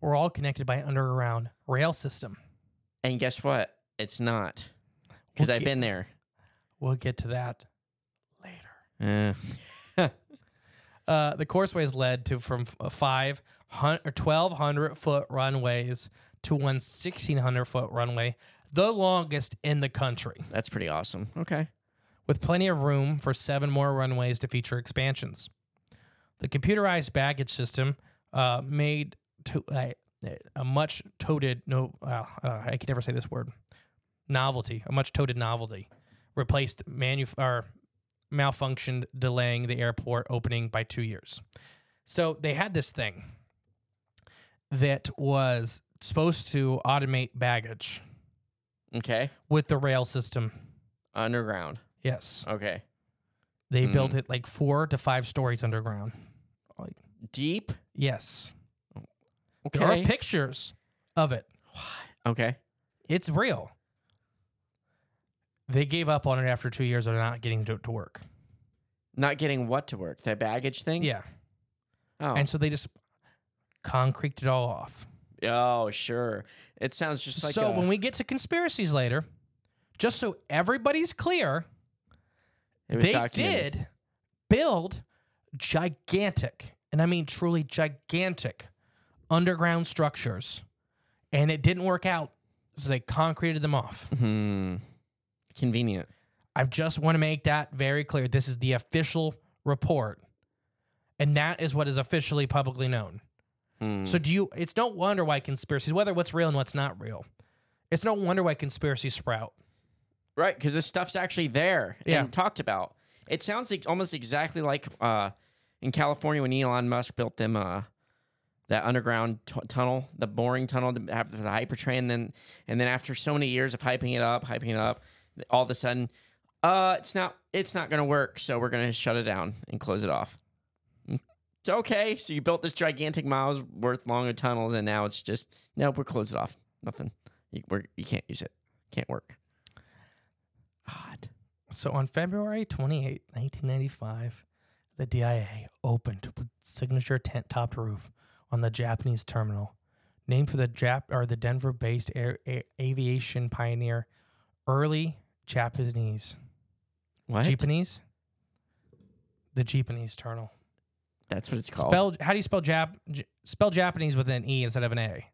were all connected by an underground rail system. and guess what? It's not because I've Okay. been there. We'll get to that. Eh. Uh, the courseways led to from f- uh, five hun- or 1,200 foot runways to one 1,600 foot runway, the longest in the country. that's pretty awesome. Okay. with plenty of room for seven more runways to feature expansions. The computerized baggage system uh, made to a, a much toted no, uh, uh, I can never say this word, novelty, a much toted novelty, replaced manu- or malfunctioned, delaying the airport opening by two years. So they had this thing that was supposed to automate baggage Okay. with the rail system. Underground. Yes. Okay. They Hmm. built it like four to five stories underground. Deep. Yes. There are Okay. pictures of it. okay. It's real. They gave up on it after two years of not getting to, to work. Not getting what to work. The baggage thing. Yeah. Oh. And so they just concreted it all off. oh, sure. It sounds just like so a- when we get to conspiracies later, just so everybody's clear, it was they documented. did build gigantic, and I mean truly gigantic, underground structures, and it didn't work out, so they concreted them off. Hmm. Convenient. I just want to make that very clear. This is the official report, and that is what is officially publicly known. Hmm. So do you? It's no wonder why conspiracies, whether what's real and what's not real, it's no wonder why conspiracies sprout. Right, because this stuff's actually there Yeah. and talked about. It sounds like, almost exactly like uh, in California when Elon Musk built them uh, that underground t- tunnel, the boring tunnel to have the hypertrain. Then and then after so many years of hyping it up, hyping it up, all of a sudden, uh, it's not it's not gonna work. So we're gonna shut it down and close it off. It's okay. So you built this gigantic miles worth long of tunnels, and now it's just nope. We're closed it off. Nothing. You, we're, you can't use it. Can't work. God. So on February 28, 1995, the DIA opened with signature tent-topped roof on the Japanese terminal, named for the Jap or the Denver-based air, a- aviation pioneer, early Japanese, What? Japanese, the Japanese terminal. That's what it's called. Spell. How do you spell Jap? J- spell Japanese with an E instead of an A.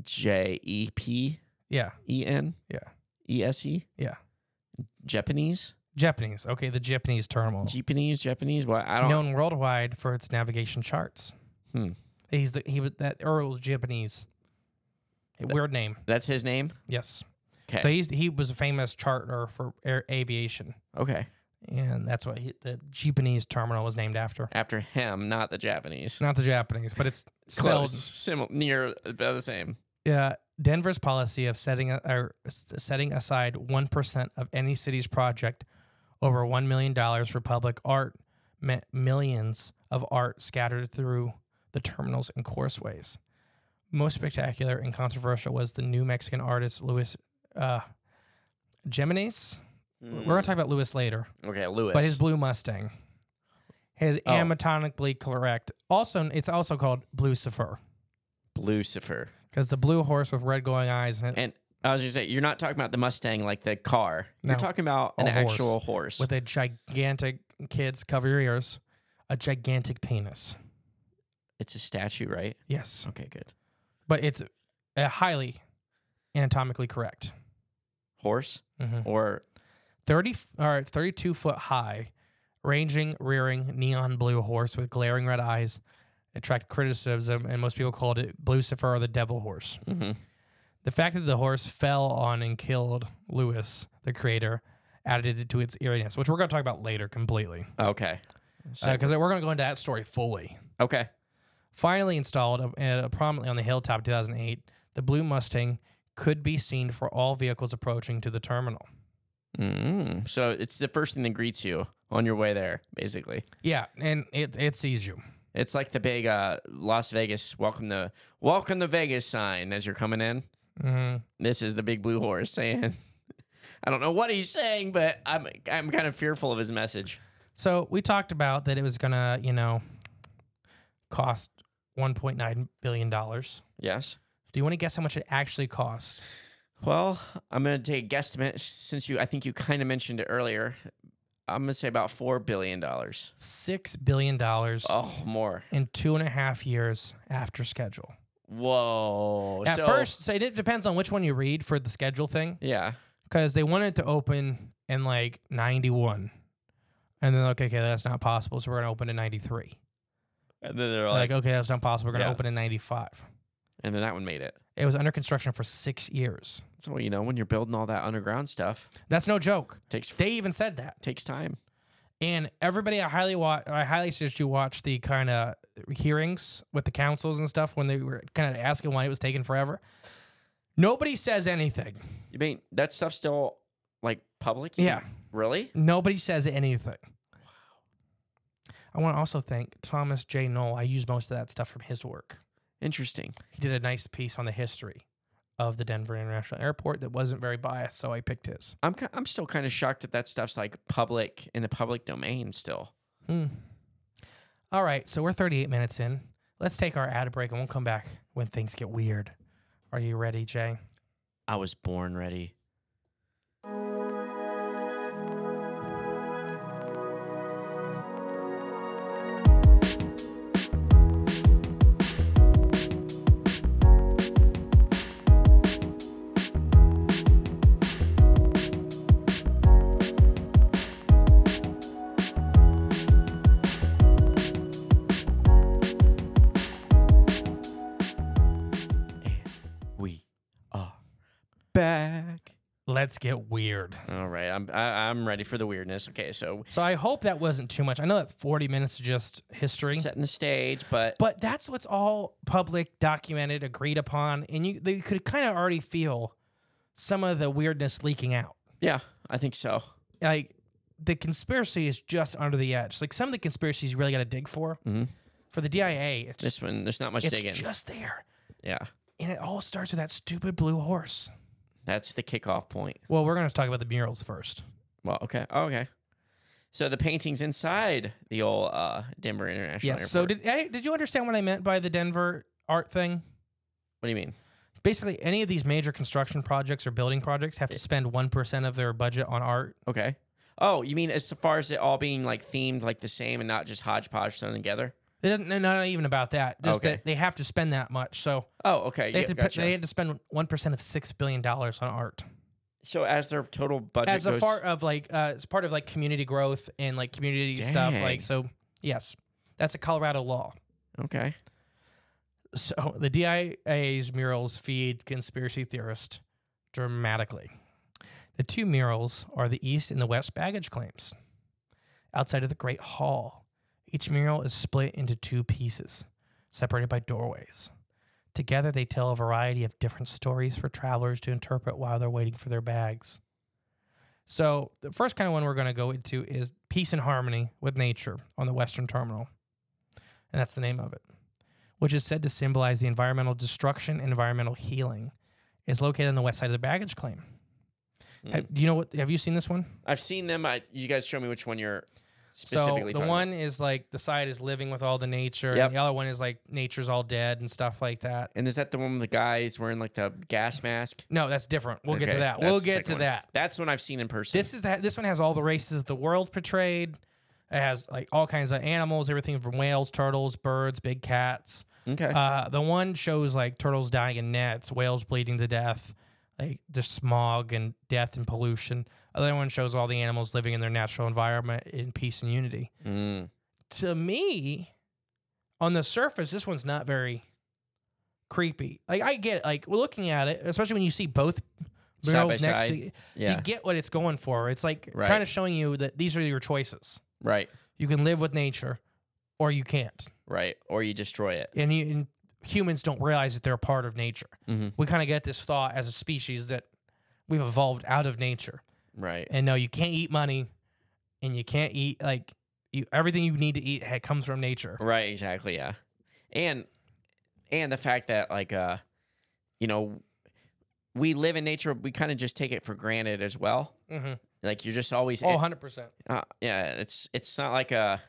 J E P Yeah. E N. Yeah. E S E. Yeah. Japanese. Japanese. Okay. The Japanese terminal. Japanese. Japanese. What? I don't. known worldwide for its navigation charts. Hmm. He's the he was that Earl Japanese. A weird name. That's his name. Yes. 'Kay. So he's he was a famous charter for air, aviation, Okay. and that's what he, the Japanese terminal was named after. After him, not the Japanese. Not the Japanese, but it's spelled. Close. Similar. Near. About the same. Yeah, uh, Denver's policy of setting a- or s- setting aside one percent of any city's project over one million dollars for public art meant millions of art scattered through the terminals and courseways. Most spectacular and controversial was the new Mexican artist Luis uh, Jimenez. We're gonna talk about Luis later, Okay, Lewis. but his blue Mustang, his Oh. anatomically correct. Also, it's also called Blue Lucifer Lucifer. because the blue horse with red glowing eyes and it And I was gonna say, you're not talking about the Mustang like the car. No. You're talking about an A horse. actual horse. with a gigantic kids cover your ears, a gigantic penis. it's a statue, right? Yes, Okay, good. but it's uh, highly anatomically correct. Horse Mhm. or Thirty f- or it's thirty-two foot high, ranging, rearing, neon blue horse with glaring red eyes, attract criticism, and most people called it Lucifer or the Devil Horse. Mhm. The fact that the horse fell on and killed Lewis, the creator, added it to its eeriness, which we're going to talk about later completely, okay, So- because we're going to go into that story fully. okay. Finally installed uh, uh, prominently on the hilltop in 2008, the Blue Mustang could be seen for all vehicles approaching to the terminal. Mm. So it's the first thing that greets you on your way there, basically. Yeah, and it, it sees you. It's like the big uh, Las Vegas welcome to welcome to Vegas sign as you're coming in. Mhm. This is the big blue horse saying, "I don't know what he's saying, but I'm I'm kind of fearful of his message." So we talked about that it was going to, you know, cost $1.9 billion. Do Yes. you want to guess how much it actually cost? Well, I'm gonna take a guesstimate since you I think you kind of mentioned it earlier. I'm gonna say about four billion dollars. $6 billion Oh, more. in two and a half years after schedule. Whoa. At So- first, so it depends on which one you read for the schedule thing. Yeah. because they wanted to open in like 91 and then okay okay that's not possible so we're gonna open in 93 And then they're like, like, okay that's not possible we're gonna Yeah. open in 95 and then that one made it. it was under construction for six years So you know when you're building all that underground stuff, that's no joke takes they even said that takes time. and everybody i highly wa- i highly suggest you watch the kind of hearings with the councils and stuff when they were kind of asking why it was taking forever nobody says anything You mean that stuff's still like public? You Yeah. can- Really? Nobody says anything. I want to also thank Thomas J. Knoll. I use most of that stuff from his work. Interesting. He did a nice piece on the history of the Denver International Airport that wasn't very biased, so I picked his. I'm ki- I'm still kind of shocked that that stuff's like public in the public domain still. Hmm. All right, so we're 38 minutes in. Let's take our ad break and we'll come back when things get weird. Are you ready, Jay? I was born ready. We are back. Let's get weird. All right, I'm I, I'm ready for the weirdness. Okay, so So I hope that wasn't too much. I know that's 40 minutes of just history. setting the stage, but, But that's what's all public, documented, agreed upon, and you they could kind of already feel some of the weirdness leaking out. yeah, I think so. Like the conspiracy is just under the edge. Like some of the conspiracies you really got to dig for. Mhm. For the DIA, it's This one, there's not much it's digging. just there, yeah, and it all starts with that stupid blue horse. that's the kickoff point. Well, we're going to talk about the murals first. Well, okay, oh, okay. So the paintings inside the old uh, Denver International Yes. Airport. So did I, did you understand what I meant by the Denver art thing? what do you mean? Basically, any of these major construction projects or building projects have to spend one percent of their budget on art. Okay. Oh, you mean as far as it all being like themed like the same and not just hodgepodge thrown together? They didn't. No, not even about that. Just Okay. that they have to spend that much. So Oh, okay. yeah, they, had, to, put- gotcha. they had to spend one percent of six billion dollars on art so as their total budget as a goes, part of like uh, as part of like community growth and like community stuff. Dang. Like so, yes, that's a Colorado law. okay. So the DIA's murals feed conspiracy theorists dramatically. The two murals are the East and the West baggage claims. Outside of the Great Hall, each mural is split into two pieces, separated by doorways. Together, they tell a variety of different stories for travelers to interpret while they're waiting for their bags. So, the first kind of one we're going to go into is Peace and Harmony with Nature on the Western Terminal. And that's the name of it which is said to symbolize the environmental destruction and environmental healing, is located on the west side of the baggage claim. Hmm. Ha- do you know what? Have you seen this one? I've seen them. I, you guys show me which one you're So specifically the talking one is like the side is living with all the nature, Yep. and the other one is like nature's all dead and stuff like that. And is that the one with the guys wearing like the gas mask? No, that's different. We'll get to Okay, that. that's We'll the get second to one. that. That's when I've seen in person. This is that. This one has all the races of the world portrayed. It has like all kinds of animals, everything from whales, turtles, birds, big cats. okay. Uh, the one shows like turtles dying in nets, whales bleeding to death, like just smog and death and pollution. Other one shows all the animals living in their natural environment in peace and unity. Mm. To me, on the surface, this one's not very creepy. Like I get, like looking at it, especially when you see both Side by murals next side. to, Yeah. you get what it's going for. It's like Right. kind of showing you that these are your choices. Right. You can live with nature, or you can't Right. Or you destroy it. and, you, and humans don't realize that they're a part of nature. Mhm. We kind of get this thought as a species that we've evolved out of nature. Right. And no, you can't eat money, and you can't eat like you, everything you need to eat ha- comes from nature. Right, exactly, yeah. And and the fact that like uh you know we live in nature, we kind of just take it for granted as well. Mm-hmm. Like you're just always Oh, 100 percent. uh, yeah, it's it's not like a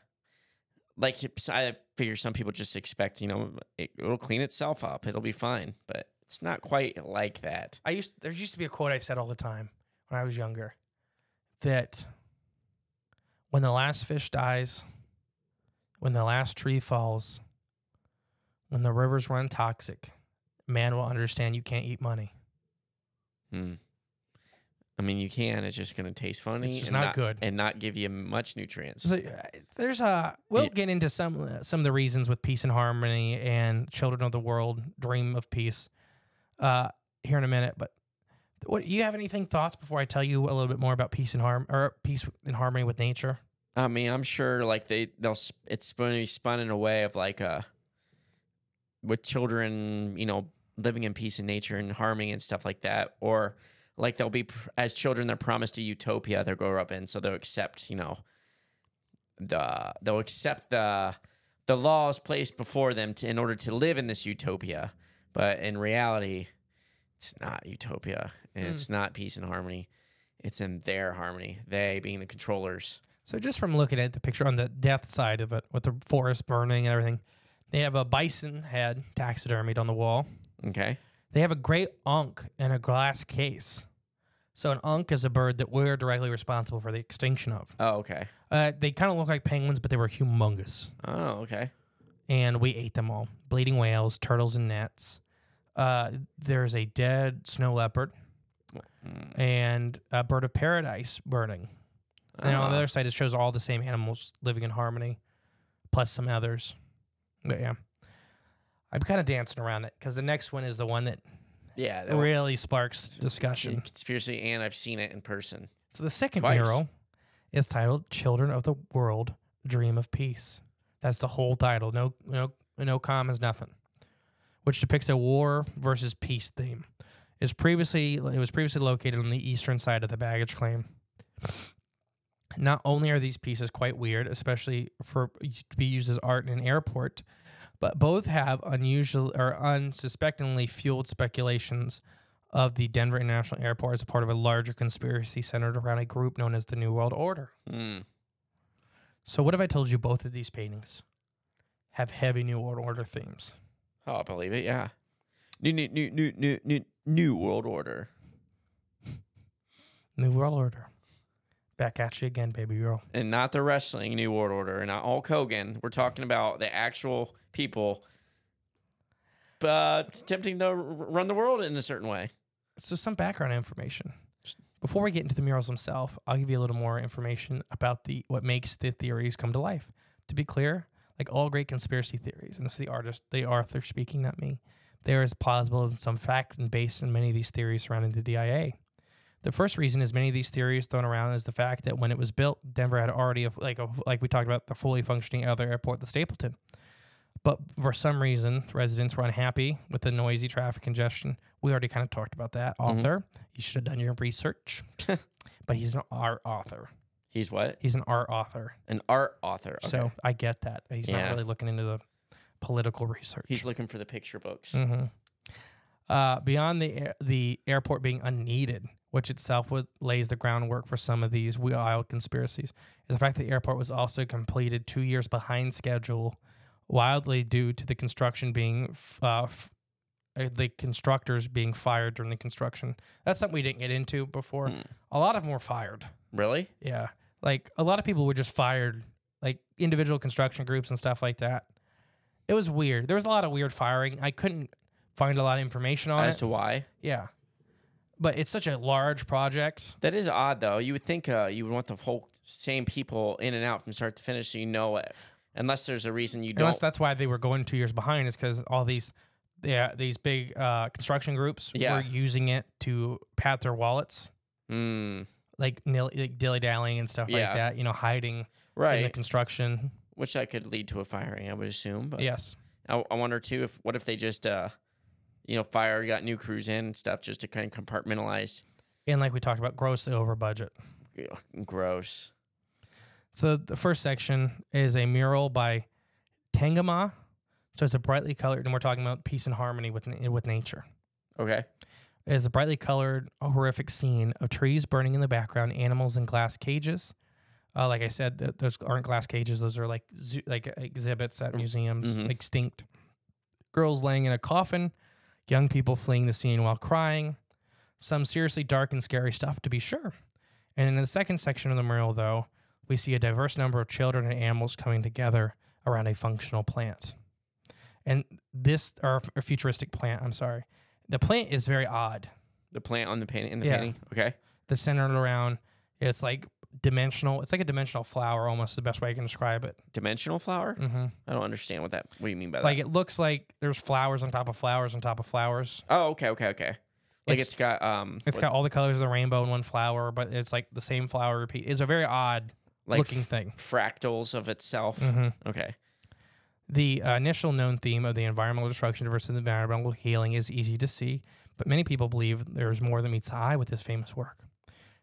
like it's- I figure some people just expect, you know, it, it'll clean itself up. It'll be fine, but it's not quite like that. I used there used to be a quote I said all the time when I was younger that when the last fish dies, when the last tree falls, when the rivers run toxic, man will understand you can't eat money. Hmm. I mean, you can. It's just going to taste funny. just and not good. and not give you much nutrients. So, uh, there's a we'll Yeah. get into some uh, some of the reasons with peace and harmony and children of the world dream of peace uh, here in a minute. But what you have anything thoughts before I tell you a little bit more about peace and harm or peace and harmony with nature? I mean, I'm sure like they they'll sp- it's going to be spun in a way of like uh with children, you know, living in peace and nature and harmony and stuff like that, or like they'll be pr- as children they're promised a utopia they'll grow up in, so they'll accept you know the they'll accept the the laws placed before them to, in order to live in this utopia, but in reality, it's not utopia and it's not peace and harmony. It's in their harmony. They being the controllers. So just from looking at the picture on the death side of it with the forest burning and everything, they have a bison head taxidermied on the wall. Okay. They have a great ankh in a glass case. So an ankh is a bird that we're directly responsible for the extinction of. Oh, okay. Uh, they kind of look like penguins, but they were humongous, Oh, okay. and we ate them all: bleeding whales, turtles, and nets. Uh, there's a dead snow leopard and a bird of paradise burning. And on the Ah. other side, it shows all the same animals living in harmony, plus some others. But yeah, I'm kind of dancing around it because the next one is the one that Yeah. That one- really sparks discussion. conspiracy, and I've seen it in person. So the second Twice. mural is titled "Children of the World Dream of Peace." That's the whole title. No, no, no commas, nothing. Which depicts a war versus peace theme. Is previously it was previously located on the eastern side of the baggage claim. Not only are these pieces quite weird, especially for to be used as art in an airport, but both have unusual or unsuspectingly fueled speculations of the Denver International Airport as a part of a larger conspiracy centered around a group known as the New World Order. Hmm. So, what if I told you both of these paintings have heavy New World Order themes? Oh, I believe it. Yeah. New, new, new, new, new, new, new world order. New World Order. Back at you again, baby girl. and not the wrestling New World Order and not Hulk Hogan. We're talking about the actual people, but attempting to r- run the world in a certain way. So, some background information. Before we get into the murals themselves, I'll give you a little more information about the what makes the theories come to life. To be clear, like all great conspiracy theories, and this is the artist, the author speaking, not me. There is plausible and some fact and based in many of these theories surrounding the DIA. The first reason is many of these theories thrown around is the fact that when it was built, Denver had already a, like a, like we talked about the fully functioning other airport, the Stapleton. But for some reason, residents were unhappy with the noisy traffic congestion. We already kind of talked about that. Mm-hmm. Author, you should have done your research. but he's an art author. He's what? He's an art author. An art author. Okay. So I get that. He's not Yeah. really looking into the political research. he's looking for the picture books. hmm Uh, beyond the air- the airport being unneeded, which itself would lays the groundwork for some of these wild conspiracies, is the fact that the airport was also completed two years behind schedule, wildly due to the construction being f- uh, f- uh, the constructors being fired during the construction. That's something we didn't get into before. Hmm. A lot of them were fired. Really? Yeah. Like a lot of people were just fired, like individual construction groups and stuff like that. It was weird. There was a lot of weird firing. I couldn't find a lot of information on As it. to why? yeah. But it's such a large project. That is odd, though. You would think uh, you would want the whole same people in and out from start to finish. So you know it, unless there's a reason you Unless don't. that's why they were going two years behind, is because all these yeah, these big uh, construction groups Yeah. were using it to pat their wallets, Mm, like, nil- like dilly dallying and stuff Yeah. like that, you know, hiding in the right. construction. Which that could lead to a firing, I would assume. But Yes. I, I wonder too if what if they just uh you know fire got new crews in and stuff just to kind of compartmentalize And like we talked about, grossly over budget. Ugh, gross So the first section is a mural by Tangama. So it's a brightly colored, and we're talking about peace and harmony with na- with nature. okay It is a brightly colored, horrific scene of trees burning in the background, animals in glass cages. Uh, like I said, th- those aren't glass cages; those are like zoo, like uh, exhibits at museums, Mhm. extinct. Girls laying in a coffin, young people fleeing the scene while crying. Some seriously dark and scary stuff, to be sure. And in the second section of the mural, though, we see a diverse number of children and animals coming together around a functional plant. And this, or a futuristic plant, I'm sorry. The plant is very odd. the plant on the painting in the Yeah. painting okay The centered around, it's like dimensional. It's like a dimensional flower, almost the best way I can describe it. dimensional flower hmm i don't understand what that what do you mean by that Like it looks like there's flowers on top of flowers on top of flowers. oh okay okay okay like It's- it's got um It's what- got all the colors of the rainbow in one flower, but it's like the same flower repeat. It's a very odd like looking f- thing. fractals of itself Mhm. okay The uh, initial known theme of the environmental destruction versus the environmental healing is easy to see, but many people believe there is more than meets the eye with this famous work.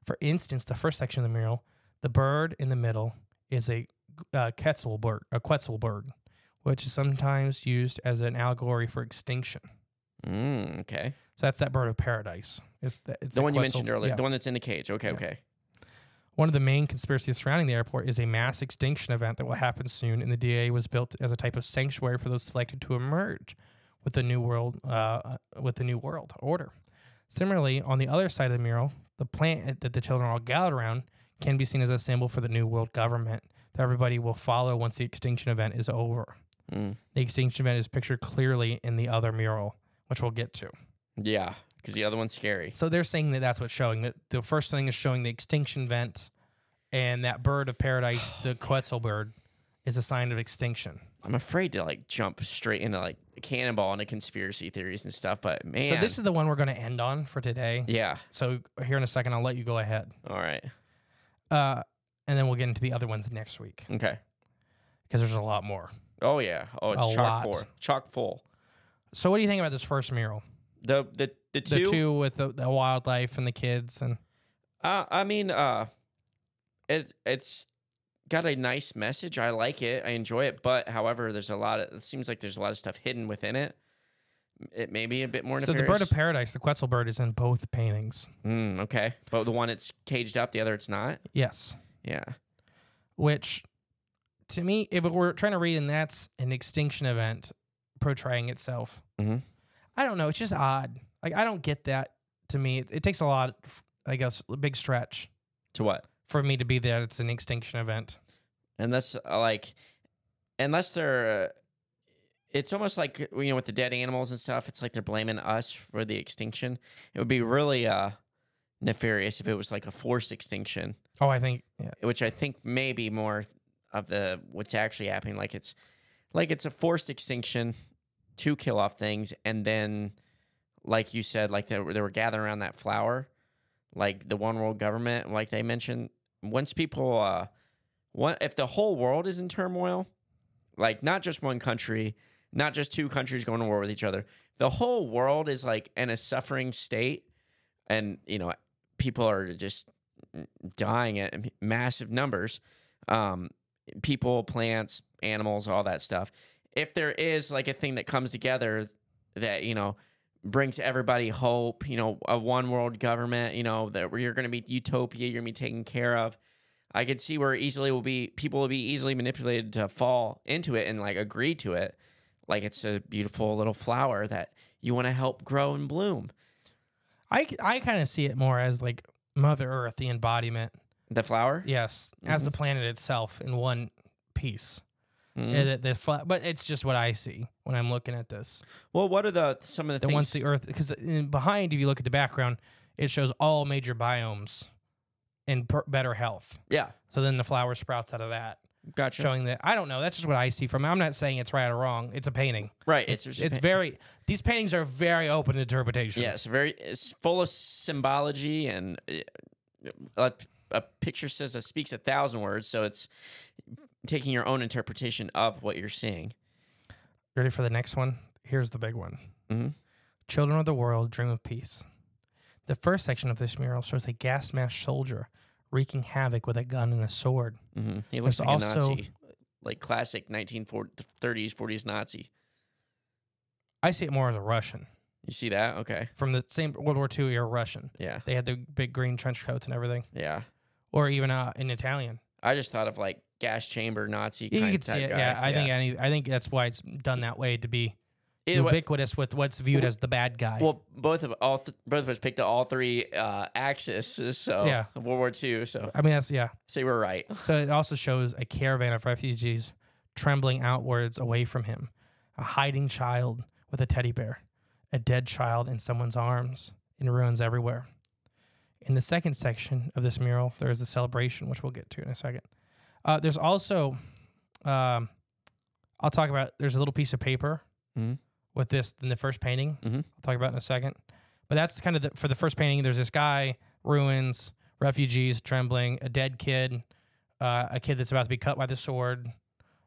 For instance, the first section of the mural, the bird in the middle is a uh, quetzal bird, a quetzal bird, which is sometimes used as an allegory for extinction. mm, okay So that's that bird of paradise. It's the, it's the a one you quetzal- mentioned earlier yeah. the one that's in the cage okay okay One of the main conspiracies surrounding the airport is a mass extinction event that will happen soon, and the DA was built as a type of sanctuary for those selected to emerge with the new world, uh, with the new world order. Similarly, on the other side of the mural, the plant that the children are all gathered around can be seen as a symbol for the new world government that everybody will follow once the extinction event is over. Mm. The extinction event is pictured clearly in the other mural, which we'll get to. yeah because the other one's scary So they're saying that that's what's showing that the first thing is showing the extinction event, and that bird of paradise, the Quetzal bird, is a sign of extinction. i'm afraid to like jump straight into like a cannonball into conspiracy theories and stuff but man So this is the one we're going to end on for today. yeah So here in a second, I'll let you go ahead, all right uh, and then we'll get into the other ones next week okay because there's a lot more. Oh yeah. Oh, it's A lot. chock full. Chock full. So what do you think about this first mural? The the the The two. two with the, the wildlife and the kids, and Uh, I mean, uh, it it's got a nice message. I like it. I enjoy it. But however, there's a lot of. It seems like there's a lot of stuff hidden within it. It may be a bit more. so the bird nefarious. of paradise, the Quetzal bird, is in both paintings. Mm, okay, but the one it's caged up, the other it's not. Yes. Yeah. which to me, if we're trying to read, and that's an extinction event portraying itself, Mhm. I don't know. It's just odd. Like I don't get that. To me, it, it takes a lot. I guess a big stretch To what? for me to be that it's an extinction event. unless uh, like unless they're uh, it's almost like you know with the dead animals and stuff it's like they're blaming us for the extinction it would be really uh nefarious if it was like a forced extinction Oh, I think yeah. which i think may be more of the what's actually happening like it's like it's a forced extinction to kill off things and then like you said like they were, they were gathering around that flower like the one world government like they mentioned once people uh one if the whole world is in turmoil like not just one country not just two countries going to war with each other the whole world is like in a suffering state and you know people are just dying at massive numbers um people plants animals all that stuff if there is like a thing that comes together that you know brings everybody hope you know a one world government you know that you're going to be utopia you're going to be taken care of i could see where easily will be people will be easily manipulated to fall into it and like agree to it like it's a beautiful little flower that you want to help grow and bloom I I kind of see it more as like Mother Earth, the embodiment. the flower Yes, as the planet itself in one piece. Mhm. Yeah, the- the fla- but it's just what I see when I'm looking at this. well what are the some of the Then things once the Earth, because behind, if you look at the background, it shows all major biomes in per- better health. yeah So then the flower sprouts out of that, gotcha showing that I don't know. That's just what I see from. it. I'm not saying it's right or wrong. It's a painting. right it's just It's very. These paintings are very open to interpretation. Yes, very it's full of symbology and uh, a, a picture says that speaks a thousand words. So it's taking your own interpretation of what you're seeing. Ready for the next one? Here's the big one. Mhm. Children of the world dream of peace. The first section of this mural shows a gas masked soldier wreaking havoc with a gun and a sword. Mm-hmm. He looks There's like a also- Nazi, like classic 1930s, 40s Nazi. I see it more as a Russian You see that? Okay. from the same World War II era Russian. Yeah. They had the big green trench coats and everything, Yeah. or even uh, in Italian. I just thought of like gas chamber Nazi. You kind could see type it. guy. Yeah, I think any, I think that's why it's done that way to be Either way, ubiquitous with what's viewed as the bad guy. well, both of all th- both of us picked all three uh, axes. So Yeah. of World War II. So I mean, that's yeah. say we're right. So it also shows a caravan of refugees trembling outwards away from him, a hiding child with a teddy bear, a dead child in someone's arms, and ruins everywhere. In the second section of this mural, there is the celebration, which we'll get to in a second. Uh, there's also, um, I'll talk about. There's a little piece of paper Mhm. with this in the first painting. Mhm. I'll talk about in a second. But that's kind of the, for the first painting. There's this guy, ruins, refugees trembling, a dead kid, uh, a kid that's about to be cut by the sword,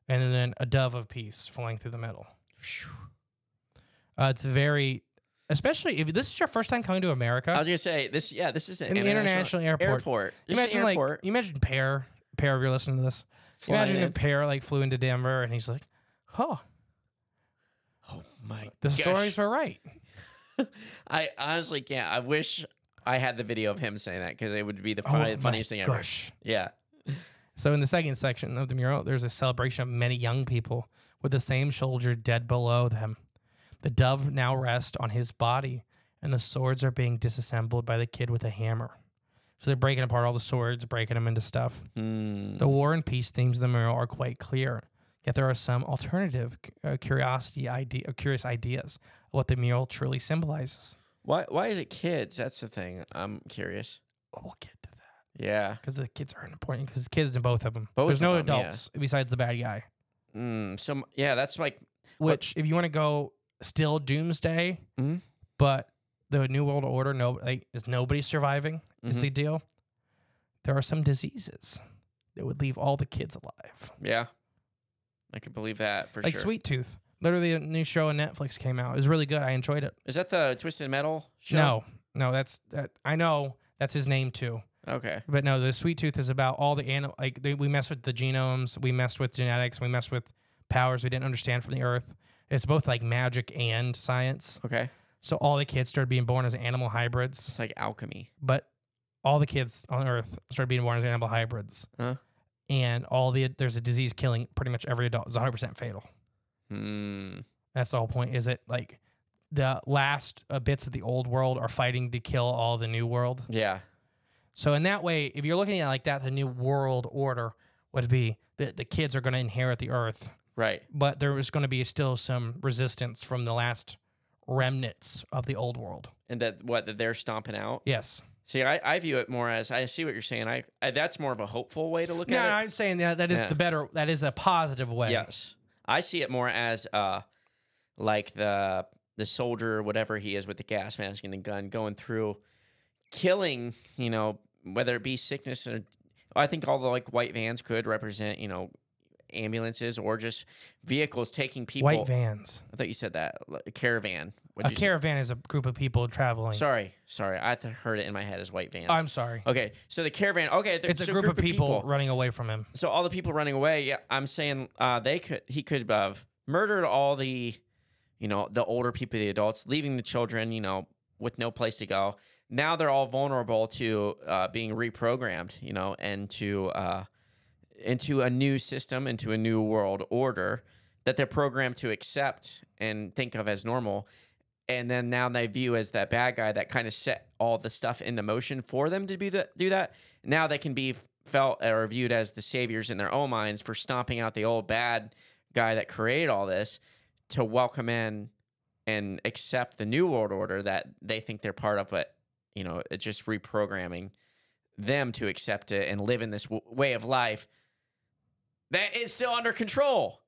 and then a dove of peace flying through the middle. Uh, it's very, especially if this is your first time coming to America. I was gonna say this. Yeah, this is an An international, international airport. Airport. This You is imagine an like airport. you imagine Pear, Pear, if you're listening to this, Flying imagine in. if Pear like flew into Denver and he's like, "Huh, Oh My the gosh. stories were right." I honestly can't. I wish I had the video of him saying that because it would be the Oh funny, my funniest thing ever. gosh. Yeah. So in the second section of the mural, there's a celebration of many young people with the same soldier dead below them. The dove now rests on his body, and the swords are being disassembled by the kid with a hammer. So they're breaking apart all the swords, breaking them into stuff. Mm. The war and peace themes of the mural are quite clear, yet there are some alternative uh, curiosity idea, uh, curious ideas of what the mural truly symbolizes. Why? Why is it kids? That's the thing. I'm curious. But we'll get to that Yeah. because the kids are important. Because kids in both of them. Both There's of no them, yeah. adults besides the bad guy. Mm. So m- yeah, that's like Which, if you want to go still doomsday, Mhm. but the New World Order, no, like, is nobody surviving? Is Mhm. the deal? There are some diseases that would leave all the kids alive, yeah. I could believe that for like sure. sweet tooth. Literally, a new show on Netflix came out. It was really good. I enjoyed it. Is that the Twisted Metal show? No, no, that's that. I know that's his name too. Okay. But no, the sweet tooth is about all the animal. Like they, we messed with the genomes, we messed with genetics, we messed with powers we didn't understand from the earth. It's both like magic and science. Okay. So all the kids started being born as animal hybrids, It's like alchemy. but all the kids on Earth started being born as animal hybrids. Huh. And all the there's a disease killing pretty much every adult. It's 100 percent fatal. Mm. That's the whole point. Is it like the last uh, bits of the old world are fighting to kill all the new world? Yeah. So in that way, if you're looking at it like that, the new world order would be that the kids are going to inherit the earth, Right. but there is going to be still some resistance from the last remnants of the old world. And that what that they're stomping out. Yes. See, I, I view it more as I see what you're saying. I, I that's more of a hopeful way to look No, at it. I'm saying that that is Yeah. the better. That is a positive way. Yes. I see it more as uh like the the soldier, whatever he is with the gas mask and the gun, going through killing, you know, whether it be sickness or I think all the like white vans could represent, you know, ambulances or just vehicles taking people. White vans. I thought you said that. like, A caravan. A What'd you say? caravan is a group of people traveling. Oh, Sorry, sorry. I had to- heard it in my head as white vans. I'm sorry. okay, so the caravan. Okay, It's a group, of people, running away from him. so all the people running away, yeah, I'm saying uh, they could he could have murdered all the you know, the older people, the adults, leaving the children, you know, with no place to go. Now they're all vulnerable to uh, being reprogrammed, you know, and to uh, into a new system, into a new world order that they're programmed to accept and think of as normal. And then now they view as that bad guy that kind of set all the stuff into motion for them to be the, do that. Now they can be felt or viewed as the saviors in their own minds for stomping out the old bad guy that created all this to welcome in and accept the new world order that they think they're part of, but you know, it's just reprogramming them to accept it and live in this w- way of life that is still under control.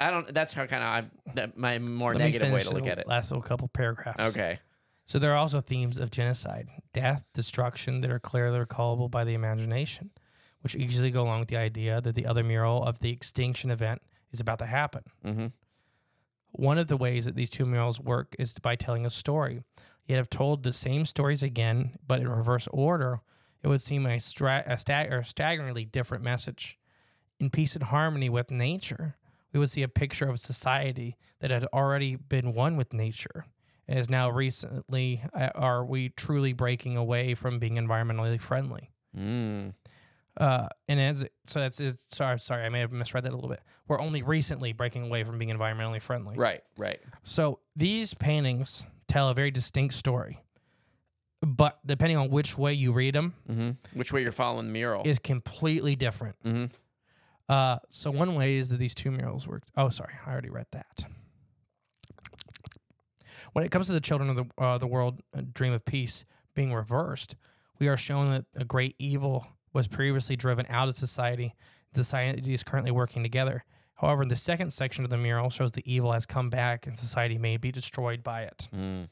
I don't. That's how kind of I that my more Let me negative way finish to look the at it. Last little couple paragraphs. Okay. So there are also themes of genocide, death, destruction that are clearly recallable by the imagination, which easily go along with the idea that the other mural of the extinction event is about to happen. Mm-hmm. One of the ways that these two murals work is by telling a story. Yet, if told the same stories again, but in reverse order, it would seem a, stra- a stag- or staggeringly different message. In peace and harmony with nature, we would see a picture of a society that had already been one with nature and is now recently, uh, are we truly breaking away from being environmentally friendly? Hmm. Mm. Uh, and as so that's it's, sorry, sorry, I may have misread that a little bit. We're only recently breaking away from being environmentally friendly. Right. Right. So these paintings tell a very distinct story, but depending on which way you read them, Mm-hmm. Which way you're following the mural? is completely different. Mhm. Uh, so one way is that these two murals work. Oh, sorry, I already read that. When it comes to the children of the uh, the world uh, dream of peace being reversed, we are shown that a great evil was previously driven out of society. Society is currently working together. However, the second section of the mural shows the evil has come back and society may be destroyed by it. Mm.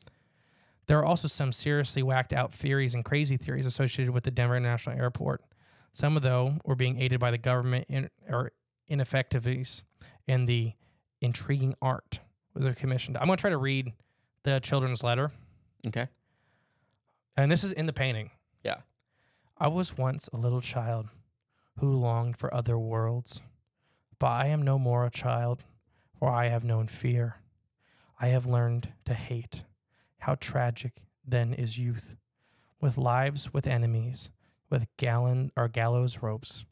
There are also some seriously whacked out theories and crazy theories associated with the Denver International Airport. Some of though were being aided by the government in, or ineffectivities and the intriguing art that they're commissioned. I'm going to try to read the children's letter, Okay. and this is in the painting. Yeah. I was once a little child who longed for other worlds, but I am no more a child, for I have known fear. I have learned to hate. How tragic then is youth, with lives, with enemies, with gallon or gallows ropes.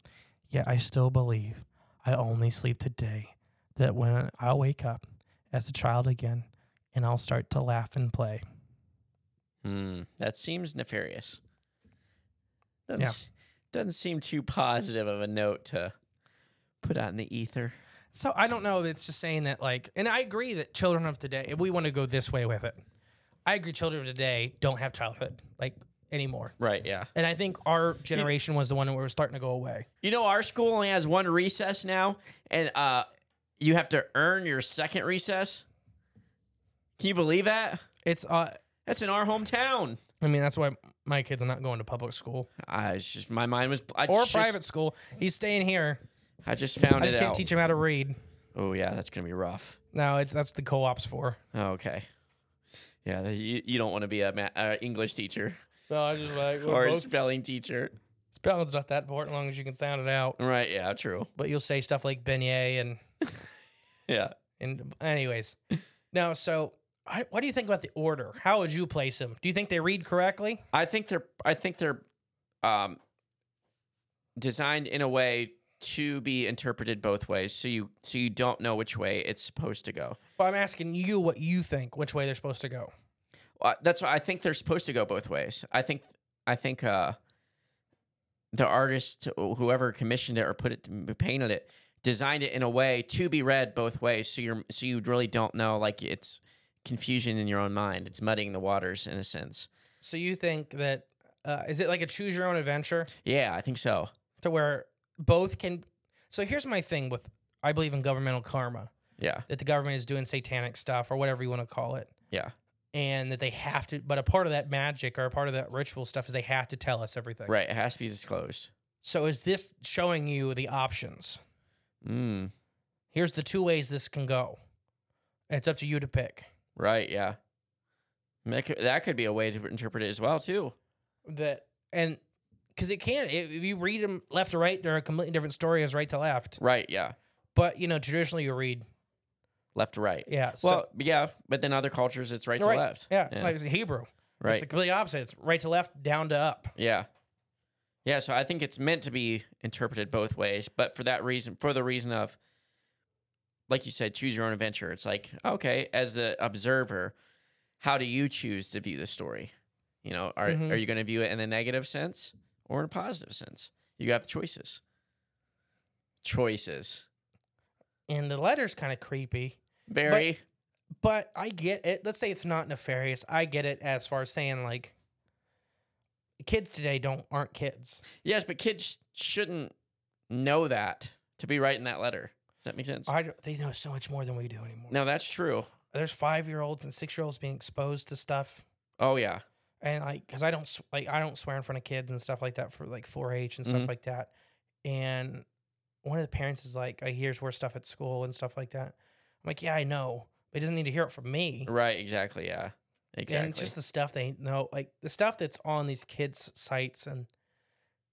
Yet I still believe I only sleep today, that when I'll wake up as a child again, and I'll start to laugh and play. Hmm. Mm. That seems nefarious. Doesn't, Yeah. s- doesn't seem too positive of a note to put out in the ether. So I don't know. It's just saying that, like, and I agree that children of today, if we want to go this way with it, I agree children of today don't have childhood, like, anymore. Right. Yeah. And I think our generation was the one where it was starting to go away. You know, our school only has one recess now, and uh, you have to earn your second recess. Can you believe that? It's, uh, That's in our hometown. I mean, that's why my kids are not going to public school I it's just my mind was I or just, private school. He's staying here. I just found I it just can't out. teach him how to read. oh yeah, that's gonna be rough. No, it's that's the co-ops for. Oh, okay. Yeah, the- you, you don't want to be a ma- uh, English teacher No, I just like or a spelling teacher, spelling's not that important as long as you can sound it out. right? Yeah, true. But you'll say stuff like beignet and Yeah, And anyways, no. So, I, what do you think about the order? How would you place them? Do you think they read correctly? I think they're I think they're um, designed in a way to be interpreted both ways, so you so you don't know which way it's supposed to go. Well, I'm asking you what you think, which way they're supposed to go. Uh, that's why I think they're supposed to go both ways. I think I think uh, the artist, whoever commissioned it or put it, painted it, designed it in a way to be read both ways. So you're, so you really don't know. Like it's confusion in your own mind. It's muddying the waters in a sense. So you think that uh, is it like a choose your own adventure Yeah, I think so. to where both can? So here's my thing with I believe in governmental karma Yeah, that the government is doing satanic stuff or whatever you want to call it, yeah, and that they have to. But a part of that magic or a part of that ritual stuff is they have to tell us everything. right. It has to be disclosed. So is this showing you the options? Mm, Here's the two ways this can go. And It's up to you to pick. right. Yeah, I mean, that could, that could be a way to interpret it as well too. That and because it can, if if you read them left to right, they're a completely different story as right to left. Right. Yeah. But you know, traditionally you read, Left to right. yeah. So, Well, yeah, but then other cultures, it's right to right, left. Yeah, Yeah. like it's in Hebrew. It's Right. the complete opposite. It's right to left, down to up. Yeah. Yeah, so I think it's meant to be interpreted both ways, but for that reason, for the reason of like you said, choose your own adventure. It's like, okay, as the observer, how do you choose to view the story? You know, are Mhm. are you going to view it in a negative sense or in a positive sense? You have choices. Choices. And the letter's kind of creepy, Very but I get it. Let's say it's not nefarious. I get it as far as saying like kids today don't aren't kids. Yes, but kids shouldn't know that to be writing that letter. Does that make sense? I don't- they know so much more than we do anymore. no, that's true. There's five year olds and six year olds being exposed to stuff. Oh yeah. and like because I don't s- like I don't swear in front of kids and stuff like that for like 4-H and stuff Mhm. like that. And one of the parents is like, "I hears worse stuff at school and stuff like that." I'm like, "Yeah, I know, but he doesn't need to hear it from me." Right, exactly, yeah. Exactly. And just the stuff they know, like the stuff that's on these kids' sites, and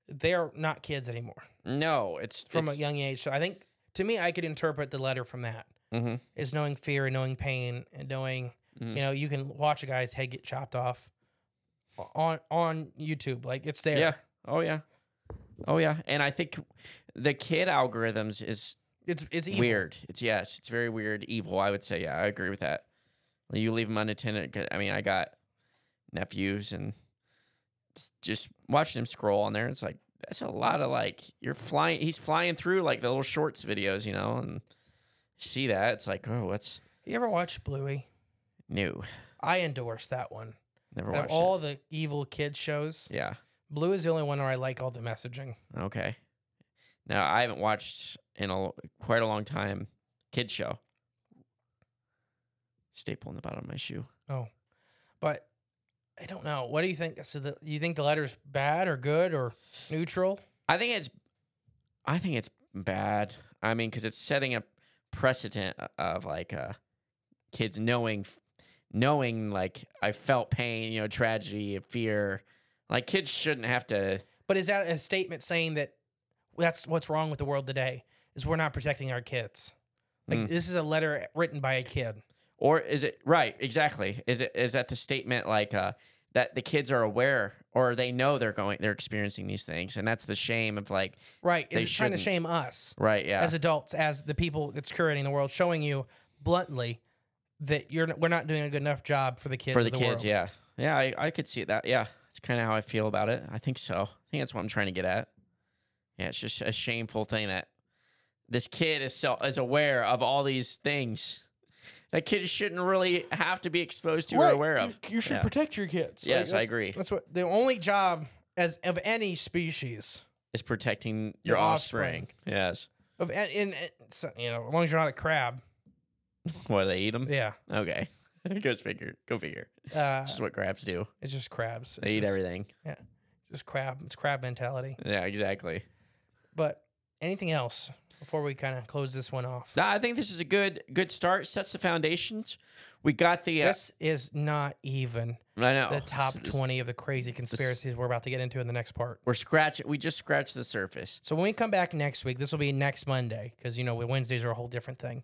they're not kids anymore No, it's from it's- a young age. So I think to me, I could interpret the letter from that Mhm. is knowing fear and knowing pain and knowing Mhm. you know you can watch a guy's head get chopped off o- on on YouTube like it's there. Yeah. Oh yeah. Oh yeah. And I think the kid algorithms is It's it's evil. weird. It's yes, it's very weird, evil. I would say. Yeah, I agree with that. You leave them unattended. 'cause- I mean, I got nephews and s- just watching him scroll on there. It's like that's a lot of like you're flying. He's flying through like the little shorts videos, you know, and see that. It's like oh, what's You ever watch Bluey? new? I endorse that one. Never Out of watched. it. all the evil kid shows, Yeah. Blue is the only one where I like all the messaging. Okay. Now I haven't watched in a l- quite a long time kid show. Staple in the bottom of my shoe. But I don't know. What do you think? So the, you think the letter's bad or good or neutral? I think it's, I think it's bad. I mean, because it's setting a precedent o- of like uh, kids knowing, f- knowing like I felt pain, you know, tragedy, fear. Like kids shouldn't have to. But is that a statement saying that that's what's wrong with the world today? Is we're not protecting our kids? Like Mm. this is a letter written by a kid. or is it right exactly is it is that the statement like uh that the kids are aware or they know they're going they're experiencing these things and that's the shame of like Right. Is They it trying to shouldn't. shame us right yeah as adults, as the people that's curating the world, showing you bluntly that you're n- we're not doing a good enough job for the kids. for of the, kids world. yeah yeah I, I could see that yeah that's kind of how i feel about it i think so i think that's what i'm trying to get at yeah it's just a shameful thing that this kid is so is aware of all these things that kids shouldn't really have to be exposed to or aware of You, should Yeah. protect your kids. yes i agree That's what the only job as of any species is protecting your offspring. offspring. yes of an- in, in so, you know as long as you're not a crab. why they eat them Yeah, Okay. Go figure. Go figure. uh, This is what crabs do. it's just crabs. It's They eat just- everything. Just crab. It's crab mentality. Yeah, exactly. But anything else before we kind of close this one off? No, I think this is a good good start. Sets the foundations. We got the. Uh, This is not even I know the top Oh, This- 20 of the crazy conspiracies we're about to get into in the next part. We're scratching. We just scratched the surface. So when we come back next week, this will be next Monday because you know Wednesdays are a whole different thing.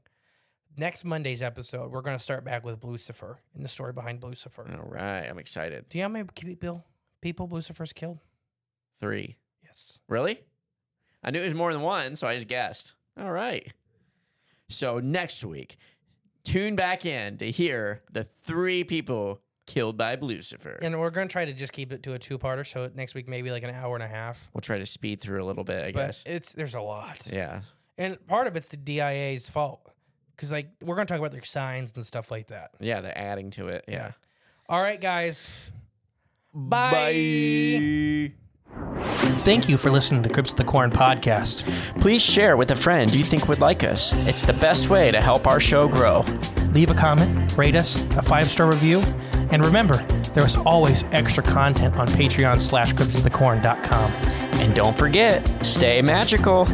Next Monday's episode, we're going to start back with Lucifer and the story behind Lucifer. All right. I'm excited. Do you know how many pe- Bill people Lucifer's killed? Three. Yes. Really? I knew it was more than one, so I just guessed. All right. So next week, tune back in to hear the three people killed by Lucifer. And we're gonna try to just keep it to a two-parter. So next week maybe like an hour and a half. We'll try to speed through a little bit, I But guess. it's there's a lot, yeah. and part of it's the DIA's fault because like we're gonna talk about their signs and stuff like that. Yeah, the adding to it. Yeah. All right, guys. Bye. Thank you for listening to Crips of the Corn podcast. Please share with a friend you think would like us. It's the best way to help our show grow. leave a comment, rate us, a five star review, and remember, there is always extra content on Patreon slash CryptsOfTheCorn.com. And don't forget, stay magical.